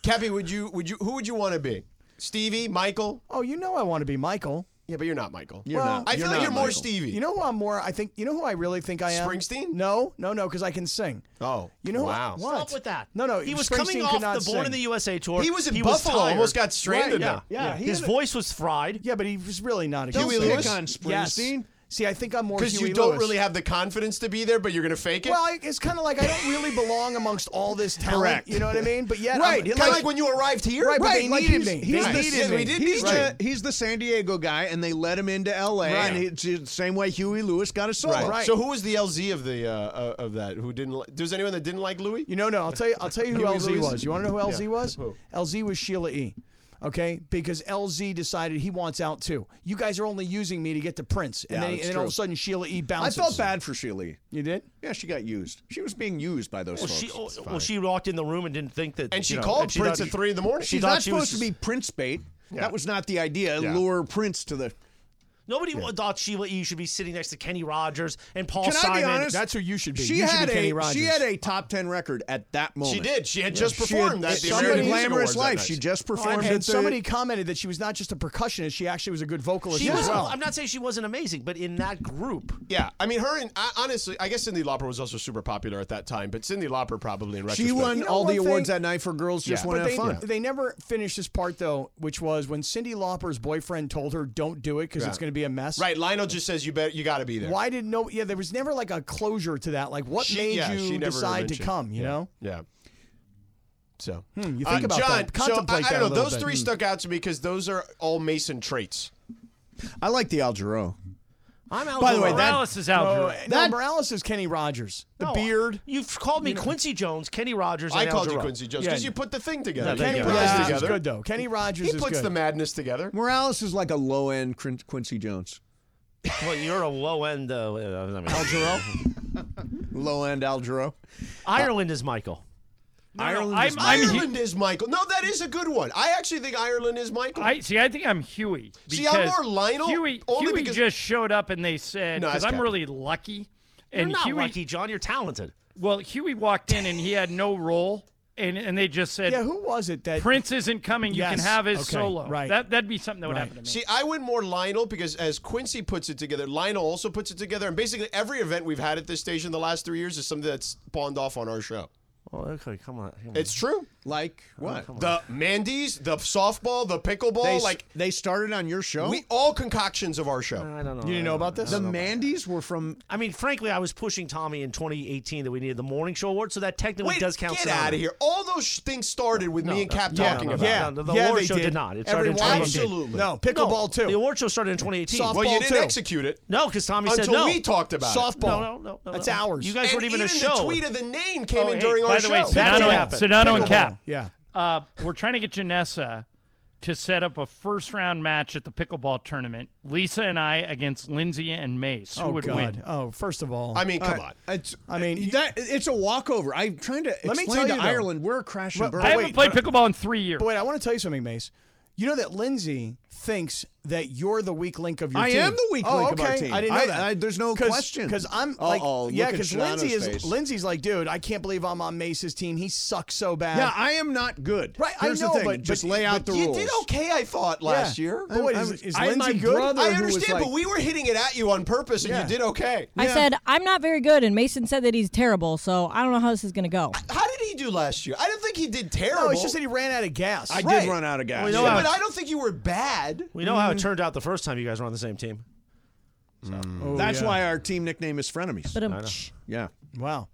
Cappy, would you would you who would you want to be? Stevie, Michael? Oh, you know I want to be Michael. Yeah, but you're not Michael. You're Well, not. I feel like not you're more Michael. Stevie. You know who I'm more? I think you know who I really think I am. Springsteen? No, no, no, because I can sing. oh, You know wow. what? Stop with that. No, no, He was Springsteen coming could off not the Born in sing. the USA tour. He was in Buffalo, tired. almost got Right, stranded yeah, there. yeah. Yeah, he His had a- voice was fried. Yeah, but he was really not a Don't human. pick on Yes. Springsteen. See, I think I'm more Because Huey you don't Lewis. really have the confidence to be there, but you're gonna fake it. Well, I, it's kind of like I don't really belong amongst all this talent. Correct. You know what I mean? But yet, Right, I'm, kind of like, when you arrived here. Right, but Right, they like needed he's, me. He's They the, needed Yeah, we me. did he's, need you. the, he's the San Diego guy, and they let him into L.A. Right. And it's the same way Huey Lewis got a solo. Right. So who was the LZ of the uh, uh, of that? Who didn't? Li- There's anyone that didn't like Louis? You know, no, I'll tell you. I'll tell you who Huey LZ Lewis? was. You want to know who LZ Yeah. was? Who? LZ was Sheila E. Okay, because LZ decided he wants out too. You guys are only using me to get to Prince, and Yeah, then, that's and then all of a true. sudden Sheila E. I bounces. felt bad for Sheila. E. You did? Yeah, she got used. She was being used by those Well, folks. she oh, It's well, fine. she walked in the room and didn't think that. And she you know, called she Prince thought- at three in the morning. She She's thought not she supposed was to be Prince bait. That was not the idea. Yeah. Lure Prince to the. Nobody thought Sheila E should be sitting next to Kenny Rogers and Paul Can Simon. I be honest? That's who you should be. She You should had be Kenny a she Rogers. had a top ten record at that moment. She did. She had just She had, performed that. at the she had American Music glamorous Awards that life. night. She just performed And, at and the- somebody commented that she was not just a percussionist; she actually was a good vocalist She as was. well. I'm not saying she wasn't amazing, but in that group, Yeah, I mean, her and I, honestly, I guess Cindy Lauper was also super popular at that time, but Cindy Lauper probably in retrospect. She won You know all the one thing? awards that night for girls. Just Yeah. want to But have they, fun. they never finished this part though, which was when Cindy Lauper's boyfriend told her, "Don't do it because Yeah. it's going to be a mess." Right, Lionel just says you bet you got to be there. Why did no? Yeah, there was never like a closure to that. Like, what She- made yeah, she you never decide to mentioned- come? You yeah, know, Yeah. So you think Uh, about John, that. So I, Contemplate that I don't a know. little Those bit. three stuck out to me because those are all Mason traits. I like the Al Jarreau. I'm Al By the way, Gore. that, Morales is Al No, Gore. no, That- Morales is Kenny Rogers. The No, beard. You've called me Quincy Jones, Kenny Rogers. I and Al called you Jarreau. Quincy Jones because Yeah. you put the thing together. No, thank Kenny you. put Yeah, this he's together. good, though. Kenny Rogers He is puts good. the madness together. Morales is like a low end Quincy Jones. Well, you're a low end. Uh, uh, I mean, Al low end Al Jarreau. Ireland is Michael. No, no, Ireland I'm, is I'm Hugh- Ireland is Michael. No, that is a good one. I actually think Ireland is Michael. I see. I think I'm Huey. See, I'm because more Lionel, Huey, only Huey because- just showed up and they said No, it's because I'm Captain. really lucky. You're And not Huey, lucky, John. You're talented. Well, Huey walked in and he had no role, and and they just said, Yeah, who was it that Prince isn't coming. You Yes, can have his okay, solo. right. That that'd be something that would happen to me. See, I went more Lionel because as Quincy puts it together, Lionel also puts it together, and basically every event we've had at this station the last three years is something that's pawned off on our show. Well, Oh, okay, come on. Oh, It's true. Like what? The Mandy's, the softball, the pickleball, They s- like they started on your show. We all concoctions of our show. I don't know. You didn't know about this? I don't The know about Mandy's were from. I mean, frankly, I was pushing Tommy in 2018 that we needed the morning show award, so that technically Wait, does count. get out of here! All those sh- things started with me and Cap talking about. yeah, it. no, the award show did. not. It started Everyone- in 2018. absolutely. too. The award show started in 2018. well, you didn't execute it. No, because Tommy said Until no. we talked about it. No, no, no, no. no. You guys And weren't even a even show. The tweet of the name came Oh, in hey, during by our the show. way, Sedano, happened. Sedano and Pickleball. Cap. Yeah. Uh, we're trying to get Janessa to set up a first round match at the pickleball tournament. Lisa and I against Lindsay and Mace. Who Oh would God! win? Oh, first of all, Uh, It's, I mean, that, it's a walkover. I'm trying to Let me explain tell to you, though. Ireland we're a crash and But- burn. but wait, but- pickleball in three years. But wait, I want to tell you something, Mace. You know that Lindsay thinks that you're the weak link of your I team. am the weak Oh, link of okay. our team. I didn't know I- that. I- there's no question. Because I'm like, Uh-oh, look yeah, at because Shadano's Lindsay is face. Lindsay's like, dude, I can't believe I'm on Mace's team. He sucks so bad. Yeah, I am not good. Right, Here's I know, the thing. but just but- lay out but the rules. You did okay, I thought, last Yeah. year. But wait, is- is I- Lindsay my good? brother I who was understand, like- but we were hitting it at you on purpose, and Yeah. you did okay. I said I'm not very good, and Mason said that he's terrible. So I don't know how this is gonna go. How did he do last year? I don't think he did terrible. No, it's just that he ran out of gas. I did Right. run out of gas. Well, you know yeah, how- but I don't think you were bad. We know how it turned out the first time you guys were on the same team. Oh, That's yeah. why our team nickname is Frenemies. But, um, I know. yeah. Wow.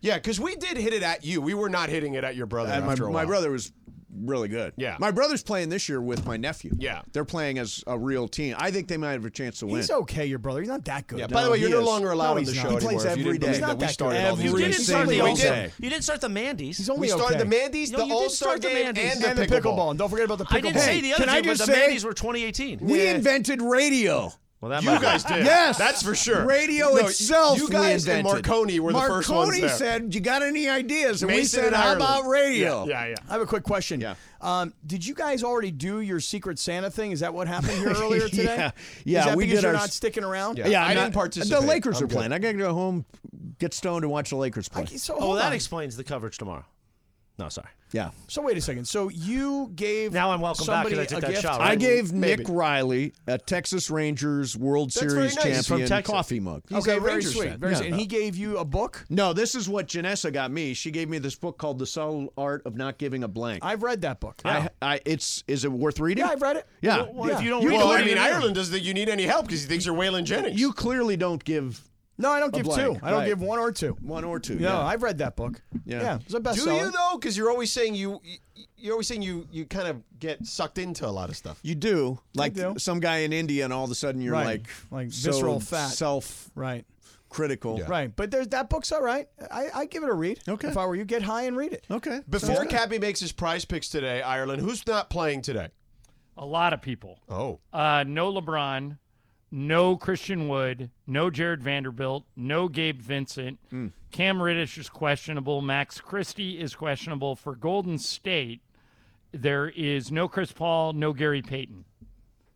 Yeah, because we did hit it at you. We were not hitting it at your brother. And my, after a my while. brother was really good. Yeah. My brother's playing this year with my nephew. Yeah. They're playing as a real team. I think they might have a chance to win. He's okay, your brother. He's not that good. Yeah, by the way, you're no longer allowed on the show He anymore plays if you every day. didn't believe He's that not we that started good. all these Every games. You didn't start Single the day. All Star. We You didn't start the Mandy's. He's only We started okay. the Mandy's, No, the you did All Star start the game, Mandy's. and the and the pickleball. And don't forget about the pickleball. I didn't say the other can I two, but just the say- Mandy's were 2018. We invented radio. Well, that You might- guys did. Yes, that's for sure. Radio No, itself. You we guys and invented. Marconi were the first ones Marconi there. said, "You got any ideas?" And we Mason said, and "How Ireland." about radio?" Yeah, yeah. yeah. I have a quick question. Yeah. Um, did you guys already do your Secret Santa thing? Is that what happened here earlier today? Yeah. Is Yeah, that we because did you're our- not sticking around? Yeah, I'm not- The Lakers are playing. I gotta go home, get stoned, and watch the Lakers play. So Oh, well, hold that on. explains the coverage tomorrow. No, sorry. yeah. So wait a second. So you gave now I'm welcome back somebody and I took a that gift? shot, I gave Nick Riley a Texas Rangers World That's very Series nice. He's from champion Texas. coffee mug. He's Okay, a very Rangers sweet, fan. very sweet. And he gave you a book? No, this is what Janessa got me. She gave me this book called The Subtle Art of Not Giving a Blank. I've read that book. I, I, it's is it worth reading? Yeah, I've read it. Yeah. Well, well, if you don't You read it, Well, clearly- I mean, Ireland doesn't think you need any help because he thinks you're Waylon Jennings. You clearly don't give. No, I don't a give blank, two. I don't right. give one or two. One or two. No, yeah. I've read that book. Yeah. yeah it's a Do bestseller. you though? Because you're always saying you, you- you're always saying you, you kind of get sucked into a lot of stuff. You do like some guy in India, and all of a sudden you're Right. like Like so visceral fat. self right critical. Right, but there's that book's all right. I I give it a read. Okay. If I were you, get high and read it. Okay. Before Cappy makes his prize picks today, Ireland, who's not playing today? A lot of people. Oh. Uh, no LeBron, no Christian Wood, no Jared Vanderbilt, no Gabe Vincent. Cam Reddish is questionable. Max Christie is questionable. For Golden State, there is no Chris Paul, no Gary Payton.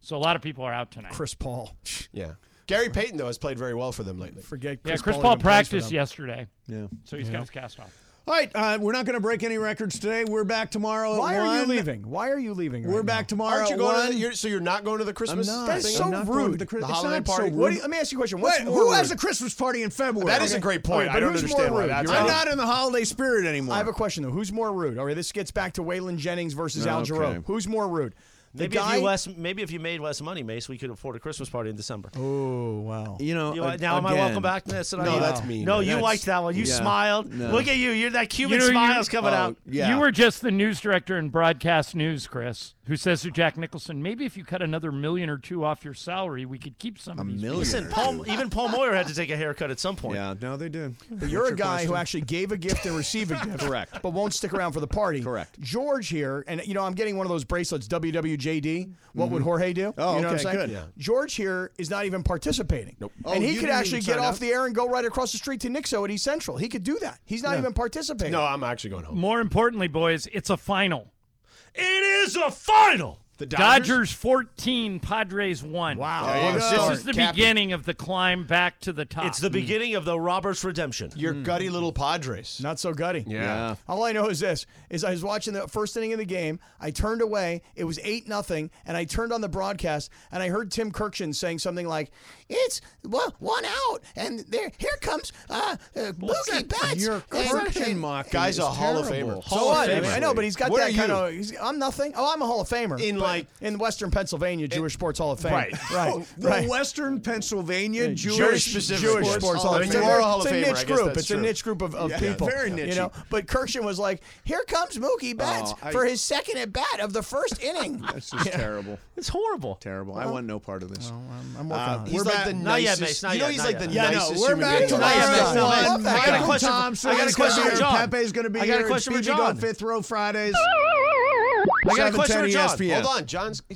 So a lot of people are out tonight. Chris Paul. Yeah. Gary Payton though has played very well for them lately. Forget yeah, Chris Paul, practiced yesterday. Yeah. So he's Yeah. got his cast off. All right, uh, we're not going to break any records today. We're back tomorrow. at Why are you one. leaving? Why are you leaving? We're back tomorrow. Aren't you at going one. to the, you're, so you're not going to the Christmas? not. Thing? That is so I'm not going to rude. the Chris- The it's holiday not so party. rude. What do you, let me ask you a question. What's Wait, more who has rude? a Christmas party in February? That is a great point. Okay, I but don't who's understand more why rude? that's I'm out. not in the holiday spirit anymore. I have a question though. Who's more rude? All right, this gets back to Waylon Jennings versus Al Okay. Jarreau. Who's more rude? The Maybe guy- if you less, maybe if you made less money, Mace, we could afford a Christmas party in December. Oh wow! You know, uh, You like- now am I welcome back to this? Did I- No, that's mean. No, you That's- liked that one. You yeah. smiled. No. Look at you. You're that Cuban You know, oh. you- smile's coming out. You were just the news director in broadcast news, Chris, who says to Jack Nicholson, maybe if you cut another million or two off your salary, we could keep some. A million. Listen, Paul, even Paul Moyer had to take a haircut at some point. Yeah, no, they did. But you're a guy who actually gave a gift and received a gift. Correct. But won't stick around for the party. Correct. George here, and you know, I'm getting one of those bracelets, WWJD. What would Mhm. Jorge do? Oh, you know okay, what I'm saying? good. Yeah. George here is not even participating. Nope. Oh, and you he could didn't actually even get sign off up? the air and go right across the street to Nixo at East Central. He could do that. He's not Yeah. even participating. No, I'm actually going home. More importantly, boys, it's a final. It is a final. The Dodgers? 14, Padres 1. Wow. There you This go. is the Captain. beginning of the climb back to the top. It's the beginning of the Roberts redemption. Your gutty little Padres. Not so gutty. Yeah. All I know is this: is I was watching the first inning of the game. I turned away. It was eight nothing, and I turned on the broadcast, and I heard Tim Kirkshin saying something like, "It's one, one out, and there here comes uh, uh, Mookie Betts." Your and- Kirkshin and- mocking Guy's a is Hall of terrible. Famer. So Hall of what? I, mean, Famer. I know, but he's got What that are kind you? of. he's- I'm nothing. Oh, I'm a Hall of Famer In but like- in Western Pennsylvania, Jewish Sports Hall of Fame. Right. right, The right. Western Pennsylvania Jewish, Jewish sports hall of fame. It's a very- It's a niche group. It's a true. niche group of, of Yeah. people. Very niche. You know, but Kirkshin was like, "Here comes Mookie Betts Oh, I- for his second at bat of the first inning." That's just terrible. It's horrible. Terrible. I Well, want no part of this. I'm, working on it. We're Uh, He's back. like the not yet, nicest- Mace, not you know yet, he's not like yet. the Yeah, no, nicest we're human back being to on the last planet. night's Love event. that I got guy. a question. Thompson, I got a it's question gonna for be John. here. Pepe's going to be I got a here. question for Speedy Gone John. Fifth Row Fridays. E I got a question for 710 John. ESPN. Hold on, John's